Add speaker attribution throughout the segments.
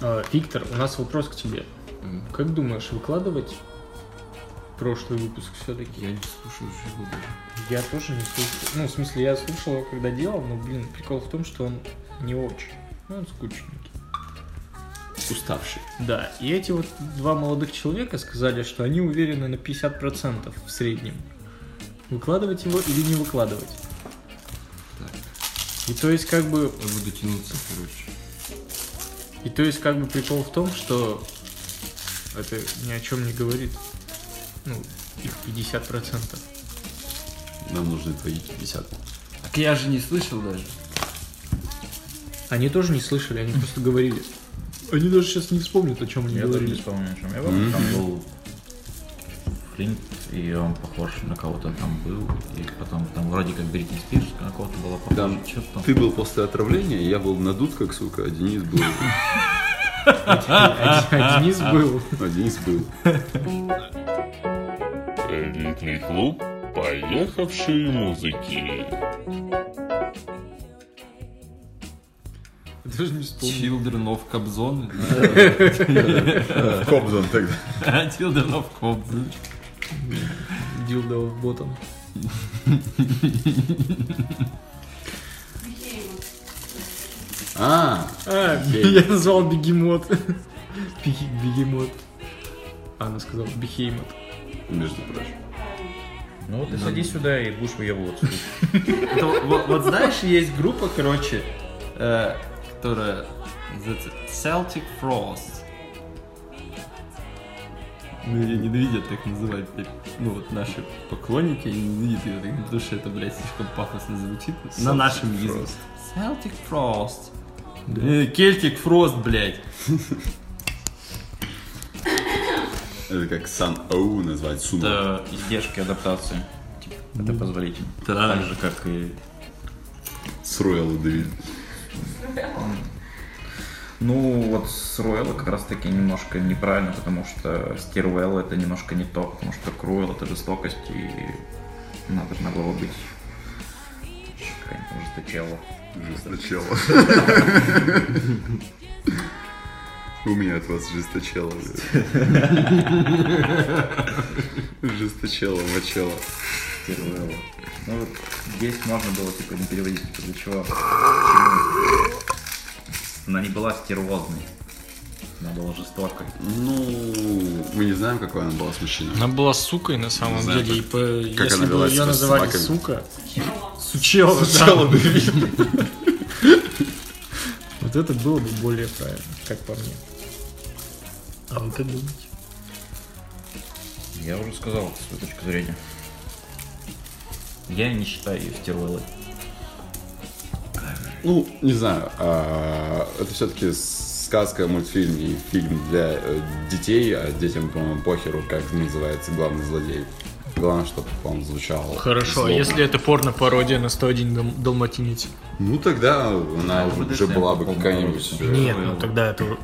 Speaker 1: А, Виктор, у нас вопрос к тебе.
Speaker 2: М,
Speaker 1: Как думаешь, выкладывать прошлый выпуск все-таки?
Speaker 2: Я не слушаю живу даже.
Speaker 1: Я тоже не слушал. Ну, в смысле, я слушал его, когда делал, но, блин, прикол в том, что он не очень. Ну, он скучненький.
Speaker 2: Уставший.
Speaker 1: Да, и эти вот два молодых человека сказали, что они уверены на 50% в среднем. Выкладывать его или не выкладывать.
Speaker 2: Так,
Speaker 1: И то есть, как бы,
Speaker 2: я буду тянуться, короче.
Speaker 1: и то есть, как бы прикол в том, что это ни о чем не говорит. Ну, их 50%.
Speaker 3: Нам нужны твои 50.
Speaker 2: Так я же не слышал даже.
Speaker 1: Они тоже не слышали, они просто говорили. Они даже сейчас не вспомнят, о чем они
Speaker 4: Я даже не
Speaker 1: говорили.
Speaker 4: вспомню, о чем. Я помню, там был Флинт, и он похож на кого-то там был, и потом там вроде как Бритни Спирс на кого-то была
Speaker 3: Да.
Speaker 4: похожа. Чё там?
Speaker 3: Ты был после отравления, я был надут как сука, а Денис был...
Speaker 1: А а Денис был.
Speaker 3: А Денис был.
Speaker 5: Элитный клуб поехавшие музыки.
Speaker 1: Даже не вспомнил.
Speaker 2: Children of Кобзон.
Speaker 3: Кобзон тогда.
Speaker 2: Children of Кобзон.
Speaker 1: Дилдо ботом.
Speaker 3: А,
Speaker 1: А, я назвал бегемот. Беги- Бегемот. А, Она сказала бехеймот.
Speaker 3: между прочим.
Speaker 4: Ну вот ты садись сюда и будешь выебываться.
Speaker 2: Это вот- вот, вот знаешь, есть группа, короче, э, которая называется Celtic Frost. Ну, ее ненавидят так называть, блядь. ну вот наши поклонники ненавидят ее так, потому что это, блядь, слишком пафосно звучит на нашем языке. Celtic Frost. Э, Кельтик Фрост, блядь.
Speaker 3: Это как Сан Оу назвать Суна.
Speaker 4: Это издержки адаптации. Типа, Это позволительно.
Speaker 2: Да.
Speaker 4: Так же, как и...
Speaker 3: С Роял Давид.
Speaker 4: Ну, вот с Руэлла как раз таки немножко неправильно, потому что Стируэлл это немножко не то, потому что Круэлл это жестокость, и она должна была быть какая-нибудь жесточела.
Speaker 3: Жесточело. У меня от вас жесточело. Жесточело, мочело.
Speaker 4: Стируэлла. Ну, вот здесь можно было типа не переводить, типа, для чего. Почему? Она не была стервозной. Она была жестокой.
Speaker 3: Ну, мы не знаем, какой она была с мужчиной.
Speaker 1: Она была сукой на самом
Speaker 3: знаю,
Speaker 1: деле. И по-
Speaker 3: она
Speaker 1: если бы
Speaker 3: велась
Speaker 1: ее
Speaker 3: с
Speaker 1: называли
Speaker 3: собаками.
Speaker 1: сука. Сучела. Сучела. Вот это было бы более правильно, как по мне. А вы как думаете?
Speaker 4: Я уже сказал свою точку зрения. Я не считаю ее стервелой.
Speaker 3: Ну, не знаю, а, это все-таки сказка, мультфильм и фильм для э, детей, а детям, по-моему, похеру, как называется главный злодей. Главное, чтобы он звучал.
Speaker 1: Хорошо, а
Speaker 3: злобно.
Speaker 1: если это порно-пародия на 101 дал- Далматинец?
Speaker 3: Ну, тогда она
Speaker 4: Ну,
Speaker 3: уже
Speaker 4: да,
Speaker 3: была бы
Speaker 4: по-моему,
Speaker 3: какая-нибудь...
Speaker 4: очень.
Speaker 3: э,
Speaker 1: Нет, ну тогда это... ну,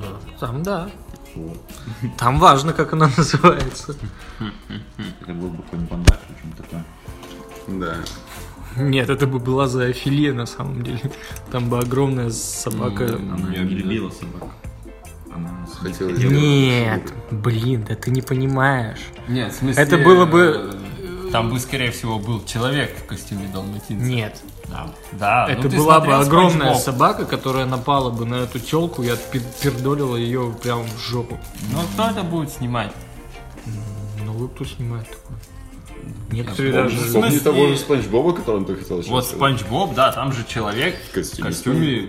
Speaker 1: да. Там да. Там важно, как она называется.
Speaker 4: Типа, Это был бы какой-нибудь бандаж или что-нибудь такое.
Speaker 3: Да.
Speaker 1: Нет, это бы была зоофилия на самом деле. Там бы огромная собака...
Speaker 4: Она
Speaker 2: Я
Speaker 4: не
Speaker 2: не-
Speaker 4: любила собак. Она нас не
Speaker 3: Хотела
Speaker 4: хотела.
Speaker 3: сделать.
Speaker 1: Нет, блин, да ты не понимаешь.
Speaker 2: Нет, в смысле...
Speaker 1: Это было бы-
Speaker 2: э, Там бы, скорее всего, был человек в костюме Далматинца.
Speaker 1: Нет,
Speaker 2: Да. Да,
Speaker 3: А,
Speaker 2: ну
Speaker 1: это
Speaker 2: ты
Speaker 1: была бы
Speaker 2: смотрел
Speaker 1: огромная
Speaker 2: «Спанч Боб».
Speaker 1: собака, которая напала бы на эту телку и отпердолила ее прям в жопу.
Speaker 2: Ну кто это будет снимать?
Speaker 1: Ну вы кто снимает такое? Некоторые даже...
Speaker 2: помню.
Speaker 3: Вспомни
Speaker 2: смысле-
Speaker 3: того же Спанч Боба, которым ты хотел
Speaker 2: Вот
Speaker 3: сейчас э,
Speaker 2: Спанч Боб, да, там же человек в
Speaker 3: костюме.
Speaker 2: костюме,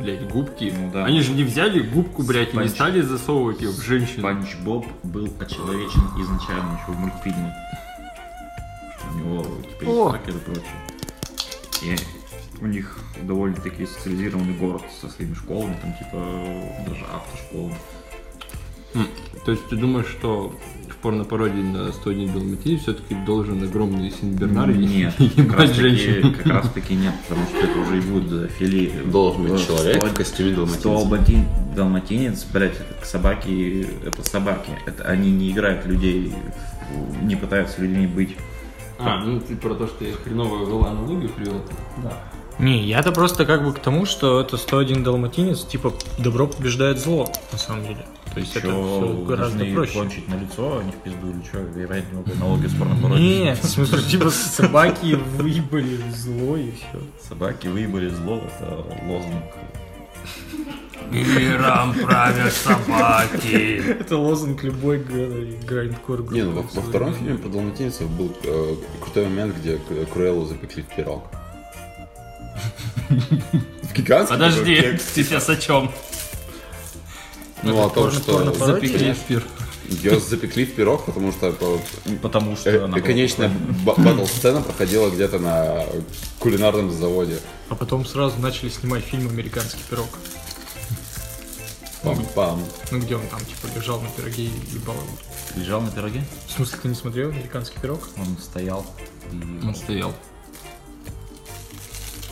Speaker 2: блядь, губки.
Speaker 4: Ну да.
Speaker 2: Они же не взяли губку, блядь, и не
Speaker 4: Спанч.
Speaker 2: стали засовывать ее в женщину.
Speaker 4: Панч Боб был очеловечен изначально еще в мультфильме. У него типа есть
Speaker 1: О.
Speaker 4: раки и прочее. И у них довольно-таки социализированный город со своими школами, там типа даже автошколы.
Speaker 2: М, То есть ты думаешь, что в порнопародии на 101 Далматин все-таки должен огромный Синбернар
Speaker 4: Нет, как
Speaker 2: ебать
Speaker 4: раз, таки,
Speaker 2: женщин?
Speaker 4: как раз таки нет, потому что это уже и будет зоофилия.
Speaker 3: Должен быть
Speaker 4: Вот
Speaker 3: человек
Speaker 4: сто-
Speaker 3: в костюме далматинца.
Speaker 4: сто албатин- далматинец, блять, это к собаки, это собаки. Это они не играют людей, не пытаются людьми быть.
Speaker 2: А, ну ты про то, что я хреновую Голану Луги привел.
Speaker 4: Да.
Speaker 1: Не, я-то просто как бы к тому, что это 101 далматинец, типа, добро побеждает зло, на самом деле. То есть это все гораздо проще.
Speaker 6: кончить на лицо, а не в пизду или что? Я ради него налоги с порнопорой.
Speaker 1: Нет, в смысле, типа, собаки выебали зло и все.
Speaker 6: Собаки выебали зло, это лозунг.
Speaker 2: Миром правят собаки.
Speaker 1: Это лозунг любой грайндкор
Speaker 3: Не, ну во, во втором фильме про далматинцев был э, крутой момент, где К- Круэллу запекли в пирог. В гигантский
Speaker 2: Подожди,
Speaker 3: пирог.
Speaker 2: ты сейчас о чем?
Speaker 3: Ну, о том,
Speaker 1: порно-
Speaker 3: что
Speaker 1: порно-пародия?
Speaker 2: Запекли в пир.
Speaker 3: ее запекли в пирог, потому что э,
Speaker 6: Потому что
Speaker 3: э,
Speaker 6: она
Speaker 3: э,
Speaker 6: была-
Speaker 3: конечная ба- батл-сцена проходила где-то на кулинарном заводе.
Speaker 1: А потом сразу начали снимать фильм «Американский пирог».
Speaker 3: Пам-пам.
Speaker 1: Ну, где он там, типа, лежал на пироге и ебал его.
Speaker 6: лежал на пироге,
Speaker 1: В смысле, ты не смотрел «Американский пирог»?
Speaker 6: он стоял. и-
Speaker 2: Он стоял.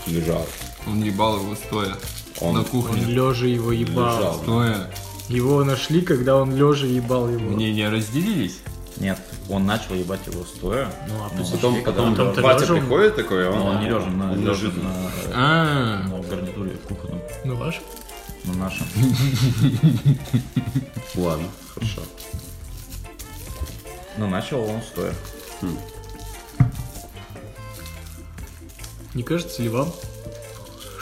Speaker 3: Лежал.
Speaker 2: Он ебал его стоя.
Speaker 3: Он
Speaker 2: на
Speaker 1: Он
Speaker 2: кухне.
Speaker 1: лежа его ебал.
Speaker 3: лежал.
Speaker 2: Стоя.
Speaker 1: Его нашли, когда он лежа ебал его.
Speaker 2: Мнения разделились.
Speaker 6: Нет, он начал ебать его стоя.
Speaker 1: Ну, а
Speaker 6: Ну,
Speaker 1: пусть-
Speaker 3: Потом, потом
Speaker 1: там ты
Speaker 3: батя
Speaker 1: лежал?
Speaker 3: приходит такой, а
Speaker 4: Ну,
Speaker 3: он,
Speaker 6: Но Ну, он не лежа, на,
Speaker 3: он
Speaker 6: лежит
Speaker 3: лежит.
Speaker 6: на,
Speaker 2: А,
Speaker 6: на гарнитуре кухонном,
Speaker 1: Ну, ваш?
Speaker 6: на нашем.
Speaker 3: Ладно, хорошо.
Speaker 6: Но начал он стоя.
Speaker 1: Не кажется ли вам,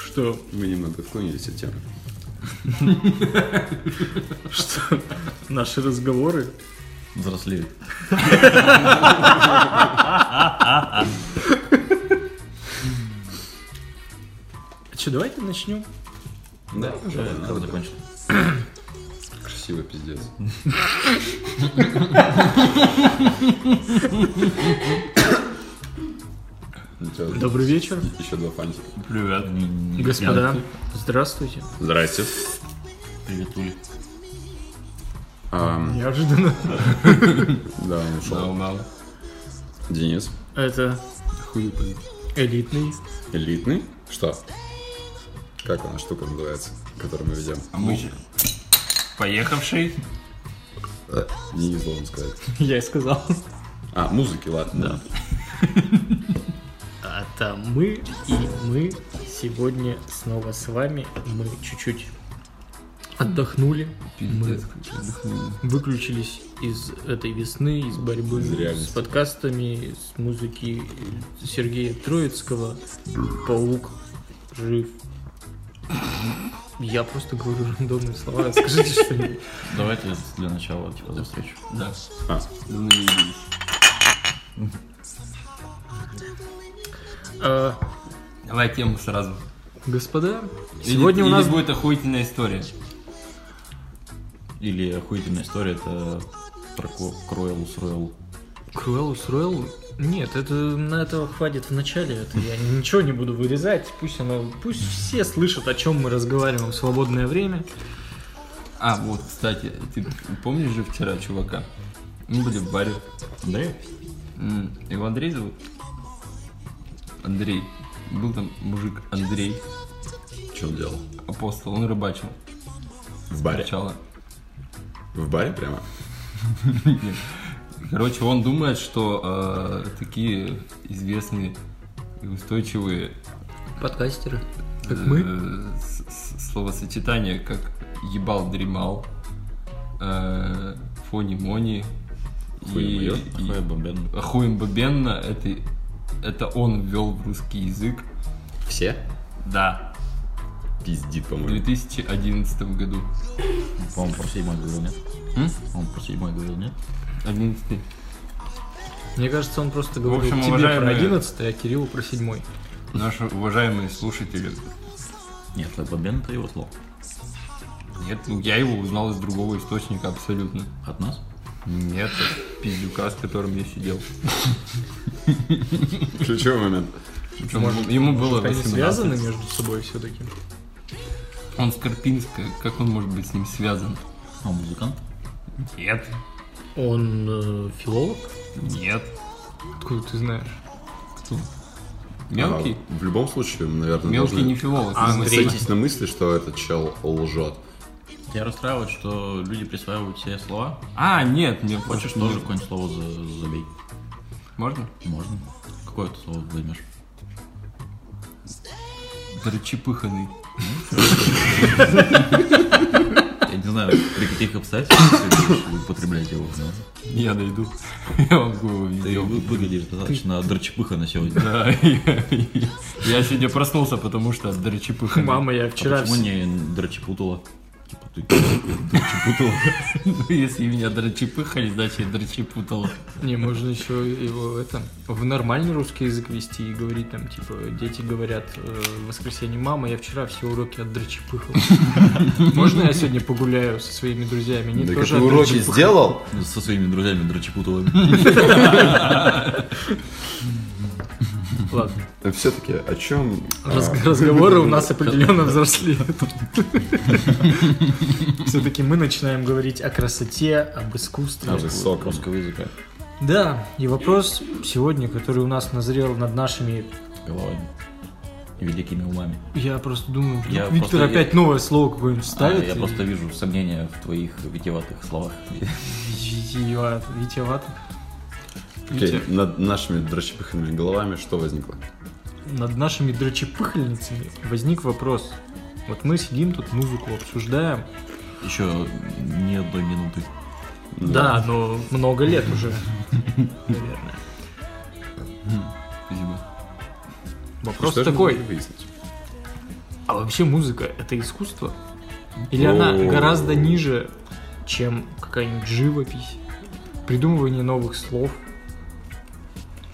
Speaker 1: что,
Speaker 3: Мы немного отклонились от темы.
Speaker 1: что наши разговоры
Speaker 6: Взрослеют.
Speaker 1: А что, давайте начнем.
Speaker 3: Да,
Speaker 6: Всё, я
Speaker 3: пожалуй, надо.
Speaker 6: закончил.
Speaker 3: Красиво пиздец.
Speaker 1: Добрый вечер,
Speaker 3: Еще Ну, два фантика.
Speaker 2: привет.
Speaker 1: господа. Здравствуйте.
Speaker 3: Здрасте.
Speaker 6: Привет, Ули.
Speaker 3: Да,
Speaker 1: Неожиданно.
Speaker 3: он ушел.
Speaker 2: Мало.
Speaker 3: Денис.
Speaker 1: Это элитный.
Speaker 3: Элитный. Что? Как она штука называется, которую мы ведем?
Speaker 2: А мы Поехавший.
Speaker 3: Э, Денис должен сказать.
Speaker 1: Я и сказал.
Speaker 3: А, музыки, ладно.
Speaker 1: А там мы и мы сегодня снова с вами. Мы чуть-чуть отдохнули. Мы выключились из этой весны, из борьбы
Speaker 3: Из
Speaker 1: с
Speaker 3: реальности.
Speaker 1: подкастами, с музыки Сергея Троицкого. Паук жив. Я просто говорю рандомные слова. Скажите что-нибудь.
Speaker 6: Давайте для начала, типа, за встречу.
Speaker 2: Да.
Speaker 3: А.
Speaker 2: Знаменитый.
Speaker 1: А,
Speaker 2: Давай тему сразу.
Speaker 1: Господа,
Speaker 2: Или-
Speaker 1: сегодня у
Speaker 2: или
Speaker 1: нас
Speaker 2: будет охуительная история.
Speaker 6: Или охуительная история, это про Кройл Сройл.
Speaker 1: Круэлус Ройл? Нет, это на этого хватит в начале. Это я ничего не буду вырезать. Пусть оно, пусть все слышат, о чем мы разговариваем в свободное время.
Speaker 2: А, вот, кстати, ты помнишь же вчера чувака? Мы были в баре.
Speaker 6: Андрей?
Speaker 2: М, Его Андрей зовут? Андрей. Был там мужик Андрей,
Speaker 3: Что он делал?
Speaker 2: апостол, он рыбачил.
Speaker 3: В баре.
Speaker 2: Сначала.
Speaker 3: В баре прямо?
Speaker 2: Короче, он думает, что э, такие известные и устойчивые
Speaker 1: Подкастеры. Как
Speaker 2: э,
Speaker 1: мы.
Speaker 2: с- с- словосочетания, как ебал дремал, э, фони мони и,
Speaker 3: Хуем
Speaker 2: и- хуем бабенно, это, это он ввел в русский язык.
Speaker 3: Все?
Speaker 2: Да,
Speaker 3: Пиздит,
Speaker 2: в
Speaker 3: по-моему.
Speaker 2: 2011 году.
Speaker 6: По-моему, про седьмой говорил, нет?
Speaker 2: М?
Speaker 6: Он про седьмой говорил, нет?
Speaker 2: 11.
Speaker 1: Мне кажется, он просто говорил
Speaker 2: общем,
Speaker 1: тебе про
Speaker 2: уважаемые-
Speaker 1: 11, а Кириллу про 7.
Speaker 2: Наши уважаемые слушатели,
Speaker 6: Нет, это Бабен это его слово.
Speaker 2: нет, ну, я его узнал из другого источника абсолютно.
Speaker 6: От нас?
Speaker 2: Нет, от пиздюка, с которым я сидел.
Speaker 3: Ключевой момент.
Speaker 2: Причем ему было
Speaker 1: Они
Speaker 2: 18.
Speaker 1: связаны между собой все-таки.
Speaker 2: Он с Карпинска, как он может быть с ним связан?
Speaker 6: А он музыкант?
Speaker 2: Нет,
Speaker 1: Он э, филолог?
Speaker 2: нет.
Speaker 1: Откуда ты знаешь?
Speaker 2: Кто? Мелкий?
Speaker 3: А, в любом случае, наверное,
Speaker 2: Мелкий
Speaker 3: должны
Speaker 2: не филолог.
Speaker 1: А,
Speaker 2: в смысле,
Speaker 1: Андрей.
Speaker 3: сойтись на мысли, что этот чел лжет.
Speaker 6: Тебя расстраивает, что люди присваивают себе слова?
Speaker 2: А, нет, мне
Speaker 6: Хочешь
Speaker 2: просто
Speaker 6: тоже
Speaker 2: не-
Speaker 6: какое-нибудь слово за- забей?
Speaker 2: Можно?
Speaker 6: Можно. Какое ты слово займешь?
Speaker 2: расчепыханный.
Speaker 6: Я не знаю, при каких обстоятельствах вы будете употреблять его. но
Speaker 2: Я найду. Я могу его
Speaker 6: Ты
Speaker 2: видео.
Speaker 6: вы- выглядишь достаточно дрочепыханно сегодня.
Speaker 2: Да, я- я сегодня проснулся, потому что от дрочепыханный.
Speaker 1: Мама, я
Speaker 6: А
Speaker 1: вчера...
Speaker 6: почему
Speaker 1: вс-
Speaker 6: не дрочепутала? Типа ты дрочепутала.
Speaker 2: Ну, Если меня дрочепыхали, значит я дрочепутал.
Speaker 1: Не, можно еще его это в нормальный русский язык вести и говорить там, типа, дети говорят э, в воскресенье, мама, я вчера все уроки от дрочепыхал. Можно я сегодня погуляю со своими друзьями? Они
Speaker 3: Так
Speaker 1: тоже
Speaker 3: ты уроки
Speaker 1: отдрочепыхали».
Speaker 3: сделал?
Speaker 6: Со своими друзьями дрочепутала.
Speaker 1: Ладно.
Speaker 3: Все-таки о чем?
Speaker 6: А,
Speaker 1: Раз- Разговоры у нас определенно взросли. Все-таки мы начинаем говорить о красоте, об искусстве.
Speaker 3: Даже соком.
Speaker 6: Русского языка.
Speaker 1: Да, и вопрос сегодня, который у нас назрел над нашими...
Speaker 6: Головами. И великими умами.
Speaker 1: Я просто думаю, вдруг
Speaker 6: Я
Speaker 1: Виктор
Speaker 6: просто-
Speaker 1: опять
Speaker 6: я-
Speaker 1: новое слово какое-нибудь ставит.
Speaker 6: А, Я
Speaker 1: и-
Speaker 6: просто вижу сомнения в твоих витиеватых словах.
Speaker 1: Витиеват, витиеват.
Speaker 3: Окей, над нашими дрочепыханными головами что возникло?
Speaker 1: Над нашими дрочепыхальницами возник вопрос. Вот мы сидим тут, музыку обсуждаем.
Speaker 6: Еще ни одной минуты.
Speaker 1: Да, но много лет уже, наверное.
Speaker 2: Видимо.
Speaker 1: Вопрос
Speaker 3: Что же мы
Speaker 1: такой.
Speaker 3: могли выяснить?
Speaker 1: А вообще музыка — это искусство? Или
Speaker 3: О.
Speaker 1: она гораздо ниже, чем какая-нибудь живопись? Придумывание новых слов.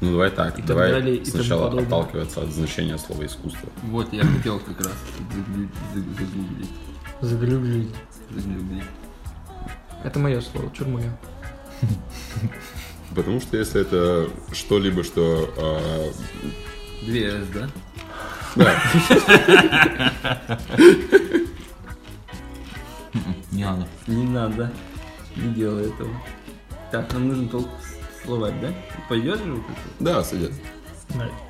Speaker 3: Ну давай так,
Speaker 1: И так
Speaker 3: давай
Speaker 1: далее, и тому
Speaker 3: сначала
Speaker 1: подобное.
Speaker 3: отталкиваться от значения слова искусство.
Speaker 2: Вот, я хотел как раз загу- загу- загуглить.
Speaker 1: Загрюглить.
Speaker 2: загуглить.
Speaker 1: Это мое слово, чур мое.
Speaker 3: Потому что если это что-либо, что... э,
Speaker 2: Две раз, да?
Speaker 6: Не
Speaker 3: Ну,
Speaker 6: надо.
Speaker 2: Не надо. Не делай этого. Так, нам нужен толк с- словарь, да? Пойдешь же вот это?
Speaker 3: Да, садят.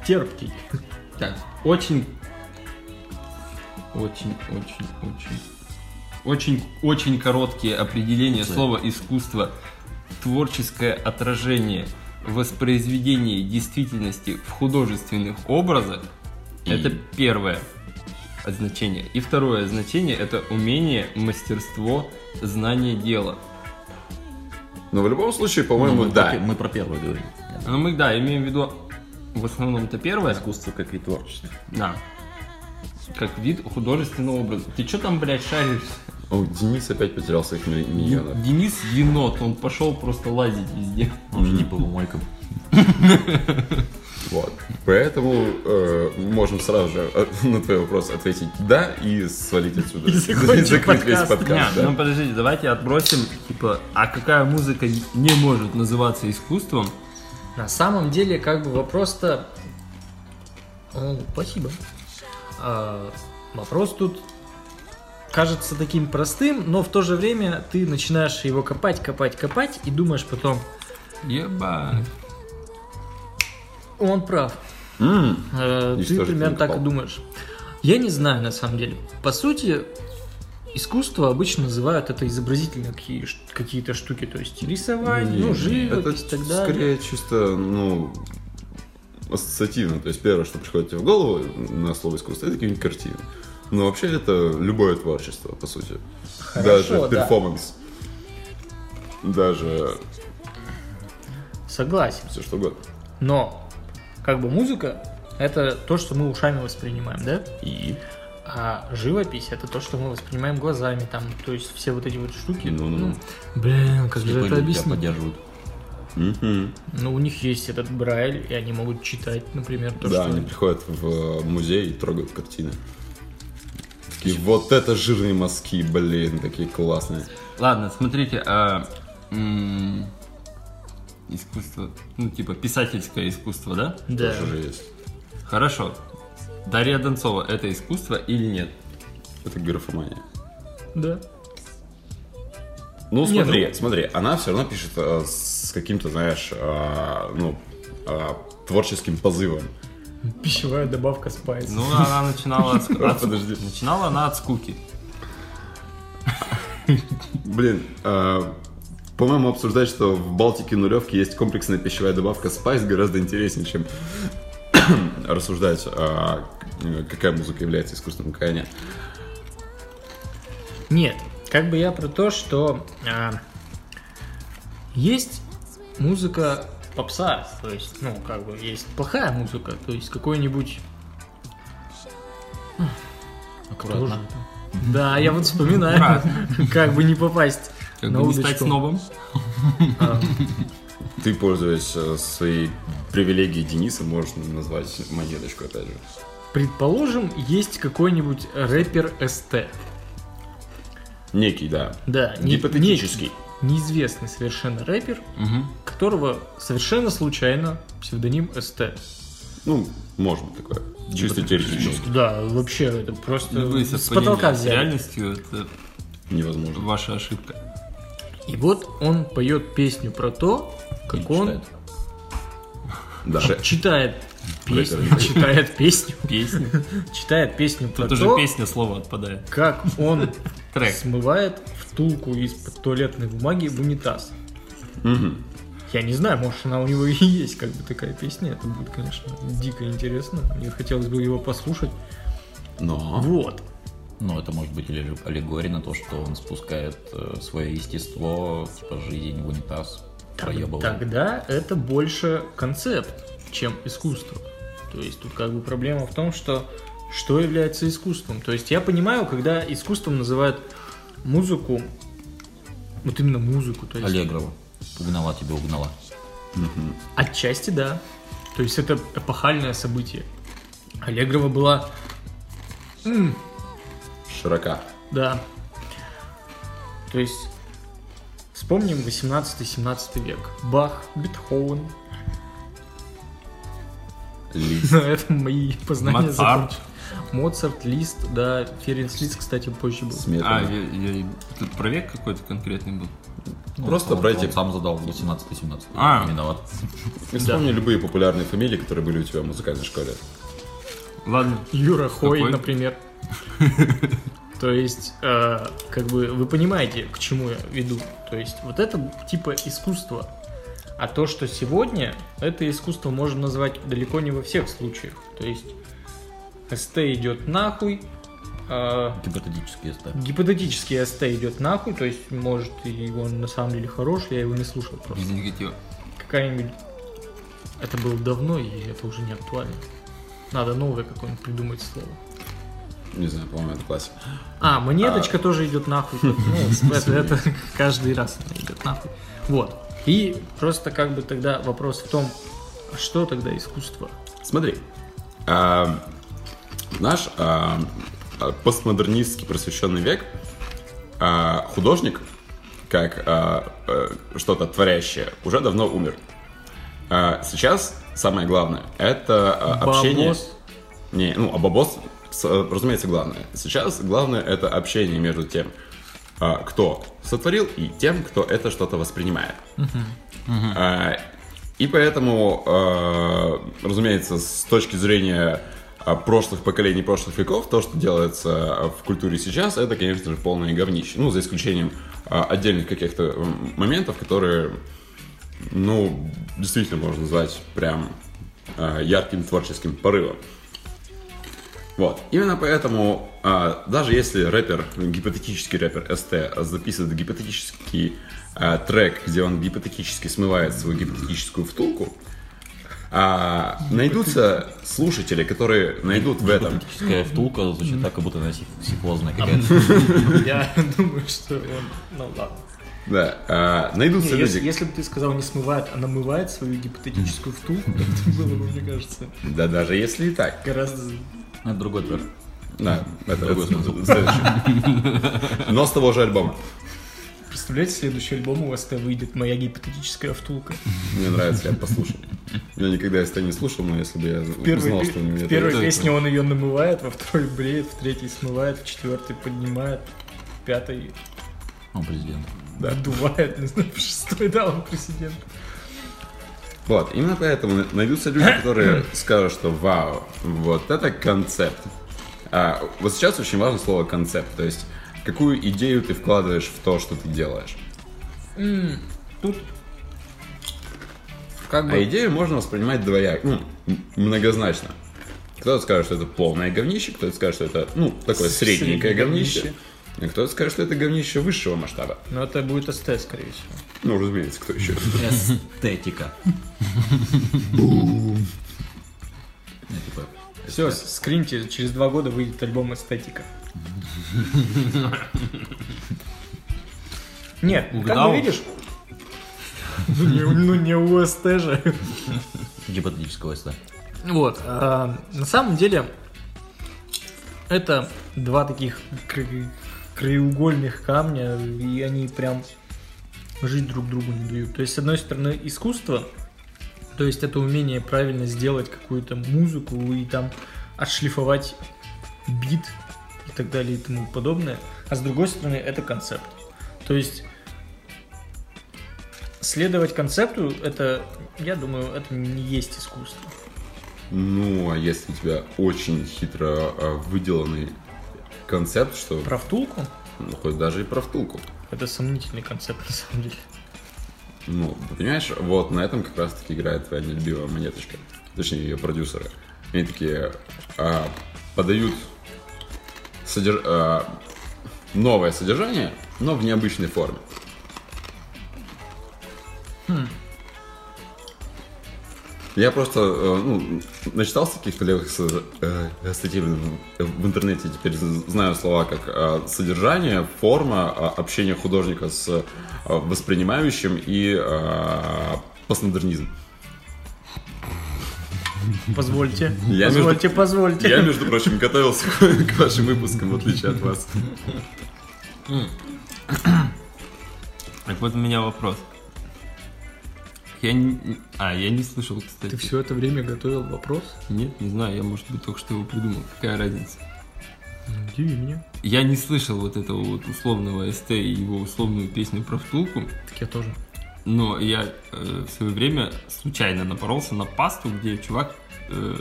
Speaker 1: Терпкий.
Speaker 2: Так, очень... Очень, очень, очень... Очень, очень короткие определения
Speaker 6: Цель.
Speaker 2: слова искусство. Творческое отражение воспроизведение действительности в художественных образах. Это первое значение. И второе значение это умение, мастерство, знание дела.
Speaker 3: Но в любом случае,
Speaker 4: Ну,
Speaker 1: Ну,
Speaker 3: по-моему,
Speaker 6: Мы про пе-
Speaker 3: ну, да.
Speaker 6: Мы про первое говорим.
Speaker 2: Ну мы да, имеем в виду в основном-то первое.
Speaker 3: Искусство как и творчество.
Speaker 2: Да. Как вид художественного образа. Ты что там, блядь, шаришь?
Speaker 3: О, Денис опять потерял своих ми- миньонов.
Speaker 2: Денис енот, он пошел просто лазить везде.
Speaker 6: Он же не был умойком.
Speaker 3: Вот. Поэтому э, можем сразу же э, на твой вопрос ответить да и свалить отсюда. И
Speaker 1: закончим
Speaker 3: закрыть весь
Speaker 1: подкаст.
Speaker 2: Не,
Speaker 3: подкаст. да.
Speaker 2: ну подождите, давайте отбросим, типа, а какая музыка не может называться искусством?
Speaker 1: На самом деле, как бы вопрос-то... О, спасибо. А, вопрос тут кажется таким простым, но в то же время ты начинаешь его копать, копать, копать и думаешь потом,
Speaker 2: Ебать.
Speaker 1: он прав.
Speaker 3: М,
Speaker 1: Э, Ты
Speaker 3: И что же ты
Speaker 1: примерно так и
Speaker 3: накопал?
Speaker 1: думаешь. Я не знаю, на самом деле. По сути, искусство обычно называют это изобразительные какие- ш- какие-то штуки, то есть рисование, ну,
Speaker 3: это
Speaker 1: живопись и так далее.
Speaker 3: скорее чисто, ну, ассоциативно. То есть первое, что приходит тебе в голову на слово искусство, это какие-нибудь картины. Но вообще это любое творчество, по сути. Даже
Speaker 1: да.
Speaker 3: перформанс. Даже
Speaker 1: Согласен.
Speaker 3: все что угодно.
Speaker 1: Но, как бы музыка это то, что мы ушами воспринимаем, да?
Speaker 3: И
Speaker 1: А живопись это то, что мы воспринимаем глазами, там, то есть все вот эти вот штуки.
Speaker 3: ну-ну-ну.
Speaker 1: Блин, как же
Speaker 6: Слепые
Speaker 1: это
Speaker 6: люди тебя
Speaker 1: объяснить?
Speaker 6: поддерживают.
Speaker 3: Мгм.
Speaker 1: Ну, у них есть этот Брайль, и они могут читать, например, то,
Speaker 3: да,
Speaker 1: что.
Speaker 3: они приходят в э, музей и трогают картины. Такие, вот это жирные мазки, блин, такие классные.
Speaker 2: Ладно, смотрите, а, м, искусство, ну типа писательское искусство, да?
Speaker 1: Да.
Speaker 3: Тоже же есть.
Speaker 2: Хорошо. Дарья Донцова, это искусство или нет?
Speaker 3: Это графомания.
Speaker 1: Да.
Speaker 3: Ну,
Speaker 1: Не,
Speaker 3: смотри,
Speaker 1: ну-
Speaker 3: смотри, она все равно пишет э, с каким-то, знаешь, э, ну, э, творческим позывом.
Speaker 1: Пищевая добавка спайс.
Speaker 2: Ну, она начинала от, ск- от ск-
Speaker 3: Подожди.
Speaker 2: начинала она от скуки.
Speaker 3: Блин, э, по-моему, обсуждать, что в Балтике нулевки есть комплексная пищевая добавка Spice гораздо интереснее, чем рассуждать, э, э, какая музыка является искусством, какая нет.
Speaker 1: Нет, как бы я про то, что а, есть музыка попса, то есть, ну, как бы, есть плохая музыка, то есть какой-нибудь... ну, Тоже. Да, я вот вспоминаю, как бы не попасть
Speaker 2: Как
Speaker 1: на
Speaker 2: бы не стать
Speaker 1: удочку.
Speaker 2: снобом.
Speaker 1: А,
Speaker 3: Ты, пользуясь э, своей привилегией Дениса, можешь назвать монеточку, опять же.
Speaker 1: Предположим, есть какой-нибудь рэпер СТ.
Speaker 3: Некий, да.
Speaker 1: Да, не-
Speaker 3: Гипотетический.
Speaker 1: не- неизвестный совершенно рэпер,
Speaker 2: Мгм.
Speaker 1: которого совершенно случайно псевдоним СТ.
Speaker 3: Ну, может быть такое. Чисто теоретически.
Speaker 1: Да, вообще, это просто
Speaker 2: Любые
Speaker 1: с
Speaker 2: совпадения
Speaker 1: потолка
Speaker 2: с
Speaker 1: взяли.
Speaker 2: реальностью это
Speaker 3: Невозможно.
Speaker 2: ваша ошибка.
Speaker 1: И вот он поет песню про то, как он
Speaker 2: читает.
Speaker 3: Да.
Speaker 1: читает песню,
Speaker 3: Рэпер.
Speaker 1: читает песню,
Speaker 2: Песня.
Speaker 1: читает песню про
Speaker 2: Тут уже
Speaker 1: то,
Speaker 2: песня слово отпадает.
Speaker 1: как он
Speaker 2: Трек.
Speaker 1: смывает втулку из-под туалетной бумаги в унитаз.
Speaker 3: Мгм.
Speaker 1: Я не знаю, может она у него и есть, как бы такая песня. Это будет, конечно, дико интересно. Мне хотелось бы его послушать.
Speaker 2: А?
Speaker 3: Но.
Speaker 1: Вот.
Speaker 4: Ну, это может быть или аллегория на то, что он спускает э, свое естество, типа жизнь в унитаз, проебал.
Speaker 1: Тогда это больше концепт, чем искусство. То есть тут как бы проблема в том, что что является искусством. То есть я понимаю, когда искусством называют музыку, вот именно музыку, то есть
Speaker 4: Аллегрова. Угнала тебя, угнала.
Speaker 1: отчасти да. То есть это эпохальное событие. Аллегрова была,
Speaker 3: Широка.
Speaker 1: да. То есть вспомним 18-17 век. Бах, Бетховен.
Speaker 3: Лист.
Speaker 1: На этом Ну, мои познания
Speaker 2: Моцарт.
Speaker 1: закончились. Моцарт, Лист, да, Ференс Лист, кстати, позже был.
Speaker 3: Смета.
Speaker 2: А, я, я- тут про век какой-то конкретный был.
Speaker 4: Ну,
Speaker 3: Просто,
Speaker 4: он-
Speaker 3: братья-
Speaker 4: он сам задал 18-17.
Speaker 2: А.
Speaker 4: Виноват.
Speaker 3: И Вспомни любые популярные фамилии, которые были у тебя в музыкальной школе.
Speaker 2: Ладно.
Speaker 1: Юра Хой,
Speaker 2: Какой?
Speaker 1: например. То есть, э, как бы, вы понимаете, к чему я веду. То есть, вот это типа искусство. А то, что сегодня, это искусство можно назвать далеко не во всех случаях. То есть, СТ идет нахуй, э,
Speaker 4: Гипотетические ставки.
Speaker 1: гипотетически СТ идет нахуй, то есть, может, и он на самом деле хорош, я его не слушал просто.
Speaker 2: Без негатива.
Speaker 1: какая-нибудь... Это было давно, и это уже не актуально. Надо новое какое-нибудь придумать слово.
Speaker 3: Не знаю, по-моему, это классика.
Speaker 1: А, монеточка тоже идет нахуй. Ну, это, это каждый раз она идет нахуй. Вот. И просто как бы тогда вопрос в том, а что тогда искусство?
Speaker 3: Смотри. а, наш а, а, постмодернистский просвещенный век а, художник, как а, э, что-то творящее, уже давно умер. А, сейчас самое главное это а, общение.
Speaker 1: Бабос.
Speaker 3: Не, ну, а бабос, с- разумеется, главное. Сейчас главное это общение между тем, а, кто сотворил, и тем, кто это что-то воспринимает. А, И поэтому, а, разумеется, с точки зрения а, прошлых поколений, прошлых веков, то, что делается а, в культуре сейчас, это, конечно же, полное говнище. Ну, за исключением а, отдельных каких-то м, моментов, которые, ну, действительно можно назвать прям а, ярким творческим порывом. Вот. Именно поэтому, а, даже если рэпер, гипотетический рэпер СТ записывает гипотетический а, трек, где он гипотетически смывает свою гипотетическую втулку, а, найдутся слушатели, которые найдут в этом...
Speaker 4: Гипотетическая втулка звучит так, как будто она сих- сифозная какая-то.
Speaker 1: Я думаю, что он... Ну ладно.
Speaker 3: Да, а, найдутся
Speaker 1: Не, если,
Speaker 3: люди...
Speaker 1: если бы ты сказал не смывает, а намывает свою гипотетическую втулку, это было бы, мне кажется,
Speaker 3: Да, даже если и так.
Speaker 1: гораздо...
Speaker 4: Это другой трек.
Speaker 3: Да, это, это следующее. Но с того же альбома.
Speaker 1: Представляете, следующий альбом у СТ выйдет «Моя гипотетическая втулка».
Speaker 3: Мне нравится, я послушал. Я никогда СТ не слушал, но если бы я
Speaker 1: первой,
Speaker 3: знал,
Speaker 1: пе-
Speaker 3: что у меня
Speaker 1: в
Speaker 3: это
Speaker 1: первой
Speaker 2: это-
Speaker 1: песне он ее намывает, во второй бреет, в третьей смывает, в четвертой поднимает, в пятой
Speaker 4: Он президент.
Speaker 1: отдувает, не знаю, в шестой да, он президент.
Speaker 3: Вот, именно поэтому на- найдутся люди, которые скажут, что вау, вот это концепт. А, вот сейчас очень важно слово концепт, то есть какую идею ты вкладываешь в то, что ты делаешь.
Speaker 1: Тут как
Speaker 3: А идею можно воспринимать двояко, ну, м- многозначно. Кто-то скажет, что это полное говнище, кто-то скажет, что это, ну, такое средненькое
Speaker 2: Среднее говнище.
Speaker 3: говнище. А кто-то скажет, что это говнище высшего масштаба.
Speaker 1: Но ну, это будет СТ, скорее всего.
Speaker 3: Ну, разумеется, кто еще.
Speaker 4: Эстетика. Ну, типа,
Speaker 1: Все, скриньте, через два года выйдет альбом эстетика. Нет, как
Speaker 2: Угадал?
Speaker 1: бы видишь... Ну не, ну не у СТ же.
Speaker 4: Гипотетического СТ.
Speaker 1: Вот, а, на самом деле, это два таких кра- краеугольных камня, и они прям жить друг другу не дают. То есть, с одной стороны, искусство, то есть это умение правильно сделать какую-то музыку и там отшлифовать бит и так далее и тому подобное. А с другой стороны, это концепт. То есть следовать концепту, это, я думаю, это не есть искусство.
Speaker 3: Ну, а если у тебя очень хитро а, выделанный концепт, что
Speaker 1: Про втулку?
Speaker 3: ну, хоть даже и про втулку.
Speaker 1: Это сомнительный концепт, на самом деле.
Speaker 3: Ну, ты понимаешь, вот на этом как раз-таки играет твоя нелюбимая монеточка. Точнее, ее продюсеры. Они такие а, подают содерж- а, новое содержание, но в необычной форме. Я просто э, ну, начитался каких-то левых со- э, статей в в интернете, теперь з- знаю слова как э, содержание, форма, э, общение художника с э, воспринимающим и э, постмодернизм.
Speaker 1: Позвольте.
Speaker 3: Я, между-
Speaker 1: позвольте, позвольте.
Speaker 3: Я, между прочим, готовился к вашим выпускам, в отличие от вас.
Speaker 2: Так вот у меня вопрос. Я не... А, я не слышал, кстати.
Speaker 1: Ты все это время готовил вопрос?
Speaker 2: Нет, не знаю, я, может быть, только что его придумал. Какая разница?
Speaker 1: Ну, Удиви меня.
Speaker 2: Я не слышал вот этого вот условного СТ и его условную песню про втулку,
Speaker 1: Так я тоже.
Speaker 2: но я э, в свое время случайно напоролся на пасту, где чувак э,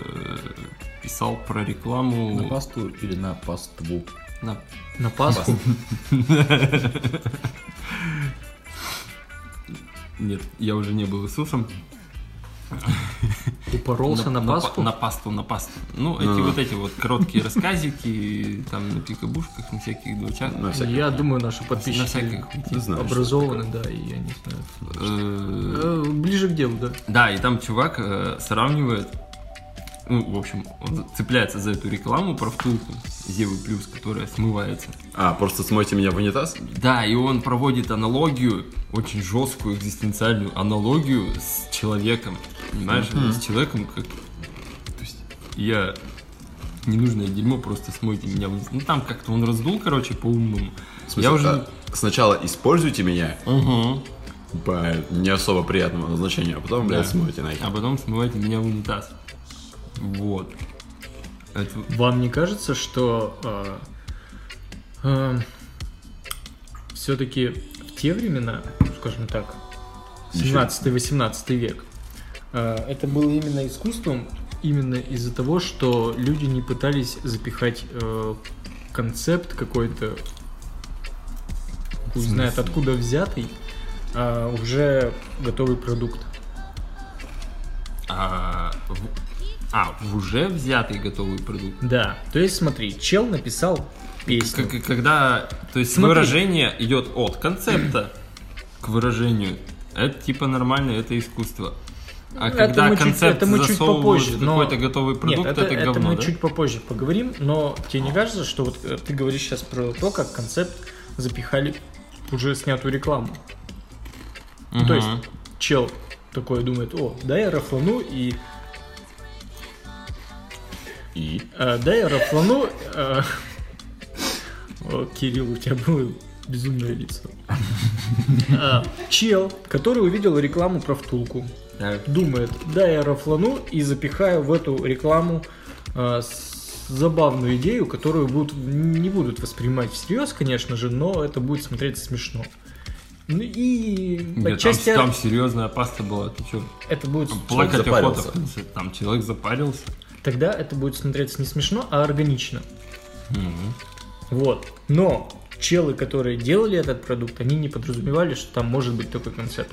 Speaker 2: писал про рекламу...
Speaker 4: На пасту или на паству?
Speaker 2: на-
Speaker 1: На Пасху?
Speaker 2: Нет, я уже не был Иисусом.
Speaker 1: Упоролся на,
Speaker 2: па-
Speaker 1: Пасху?
Speaker 2: На пасту, на пасту. Ну, эти вот эти вот короткие рассказики, там на пикабушках, на всяких двочах.
Speaker 3: На всякий.
Speaker 1: Я думаю, наши подписчики
Speaker 2: На всяких.
Speaker 3: Ты знаешь.
Speaker 1: образованы, да, и я не знаю.
Speaker 2: Э,
Speaker 1: Э, Ближе к делу, да.
Speaker 2: Да, и там чувак э, сравнивает, ну, в общем, он цепляется за эту рекламу про втулку Зевы Плюс, которая смывается.
Speaker 3: А, просто смойте меня в унитаз?
Speaker 2: Да, и он проводит аналогию, очень жесткую экзистенциальную аналогию с человеком, понимаешь, с человеком, как, то есть, я ненужное дерьмо, просто смойте меня вниз. Ну, там как-то он раздул, короче, по-умному.
Speaker 3: В смысле,
Speaker 2: Я уже...
Speaker 3: а, Сначала используйте меня
Speaker 2: Мгм.
Speaker 3: по не особо приятному назначению, а потом, блядь,
Speaker 2: Да.
Speaker 3: смойте нахер.
Speaker 2: А потом смывайте меня в унитаз. Вот. Это-
Speaker 1: Вам не кажется, что а, все-таки в те времена, скажем так, 17-18 век, э, это было именно искусством, именно из-за того, что люди не пытались запихать э, концепт какой-то, хуй знает откуда взятый, а уже готовый продукт.
Speaker 2: А, в, а, в уже взятый готовый продукт.
Speaker 1: Да, то есть смотри, чел написал песню.
Speaker 2: К- к- когда, то есть
Speaker 1: Смотри.
Speaker 2: выражение идет от концепта к выражению, это типа нормально, это искусство. А
Speaker 1: Это
Speaker 2: когда
Speaker 1: мы чуть-
Speaker 2: концепт
Speaker 1: это мы чуть
Speaker 2: засовывают
Speaker 1: попозже,
Speaker 2: в
Speaker 1: но-
Speaker 2: какой-то готовый продукт,
Speaker 1: Нет,
Speaker 2: это,
Speaker 1: это, это
Speaker 2: говно,
Speaker 1: мы
Speaker 2: да?
Speaker 1: чуть попозже поговорим, но тебе не кажется, что вот э, ты говоришь сейчас про то, как концепт запихали в уже снятую рекламу? Ну, То есть
Speaker 2: Мгм.
Speaker 1: чел такой думает, о, да я рафлану и...
Speaker 3: И?
Speaker 1: э, да я рафлану... э, О, Кирилл, у тебя было безумное лицо. Э, Чел, который увидел рекламу про втулку,
Speaker 2: Так.
Speaker 1: думает, да, я рафлану и запихаю в эту рекламу э, с- забавную идею, которую будут, не будут воспринимать всерьез, конечно же, но это будет смотреться смешно. Ну и
Speaker 2: Нет,
Speaker 1: отчасти
Speaker 2: там, там серьезная паста была, ты чё?
Speaker 1: это будет
Speaker 2: Плакать охота,
Speaker 3: запарился.
Speaker 2: в конце. там человек запарился.
Speaker 1: тогда это будет смотреться не смешно, а органично. Вот. Но челы, которые делали этот продукт, они не подразумевали, что там может быть такой концепт.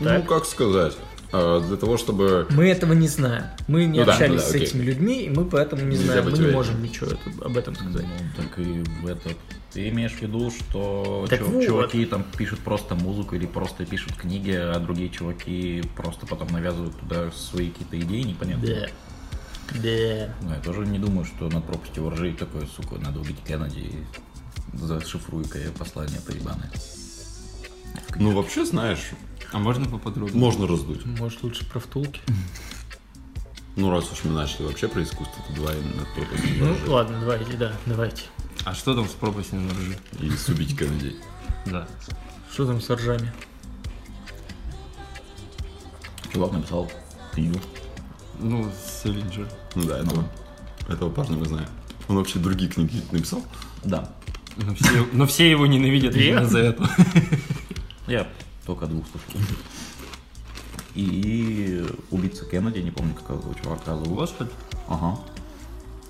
Speaker 3: Ну,
Speaker 1: Так.
Speaker 3: как сказать. э, для того, чтобы...
Speaker 1: Мы этого не знаем. Мы не
Speaker 3: Ну да,
Speaker 1: общались
Speaker 3: ну да,
Speaker 1: с
Speaker 3: окей.
Speaker 1: этими людьми, и мы поэтому не
Speaker 3: Нельзя
Speaker 1: знаем.
Speaker 3: быть
Speaker 1: Мы не
Speaker 3: уверенным.
Speaker 1: можем ничего это- об этом сказать.
Speaker 4: Ну, так и в это. Ты имеешь в виду, что
Speaker 1: Так
Speaker 4: чу-
Speaker 1: вот.
Speaker 4: чуваки там пишут просто музыку или просто пишут книги, а другие чуваки просто потом навязывают туда свои какие-то идеи непонятные.
Speaker 1: Да. Да.
Speaker 4: Ну, я тоже не думаю, что над пропастью воржи такое, сука, надо убить Кеннеди и зашифруй-ка я послание поебаное.
Speaker 3: Ну, вообще, знаешь,
Speaker 2: А можно поподробнее?
Speaker 3: можно раздуть.
Speaker 1: Может, лучше про втулки?
Speaker 3: Ну, раз уж мы начали вообще про искусство, то давай над пропастью
Speaker 1: Ну,
Speaker 3: воржи.
Speaker 1: ладно, давайте, да, давайте.
Speaker 2: А что там с пропастью на ржи?
Speaker 3: и субить Кеннеди.
Speaker 2: Да.
Speaker 1: Что там с ржами?
Speaker 4: Чувак написал книгу.
Speaker 2: Ну, Селлинджер.
Speaker 3: Ну да, этого, этого парня мы знаем. Он вообще другие книги написал?
Speaker 4: Да.
Speaker 2: Но все, но все его ненавидят именно за это.
Speaker 4: Я только о двух слышал. И убийца Кеннеди, не помню, как его чувака зовут.
Speaker 2: Господи.
Speaker 4: Ага.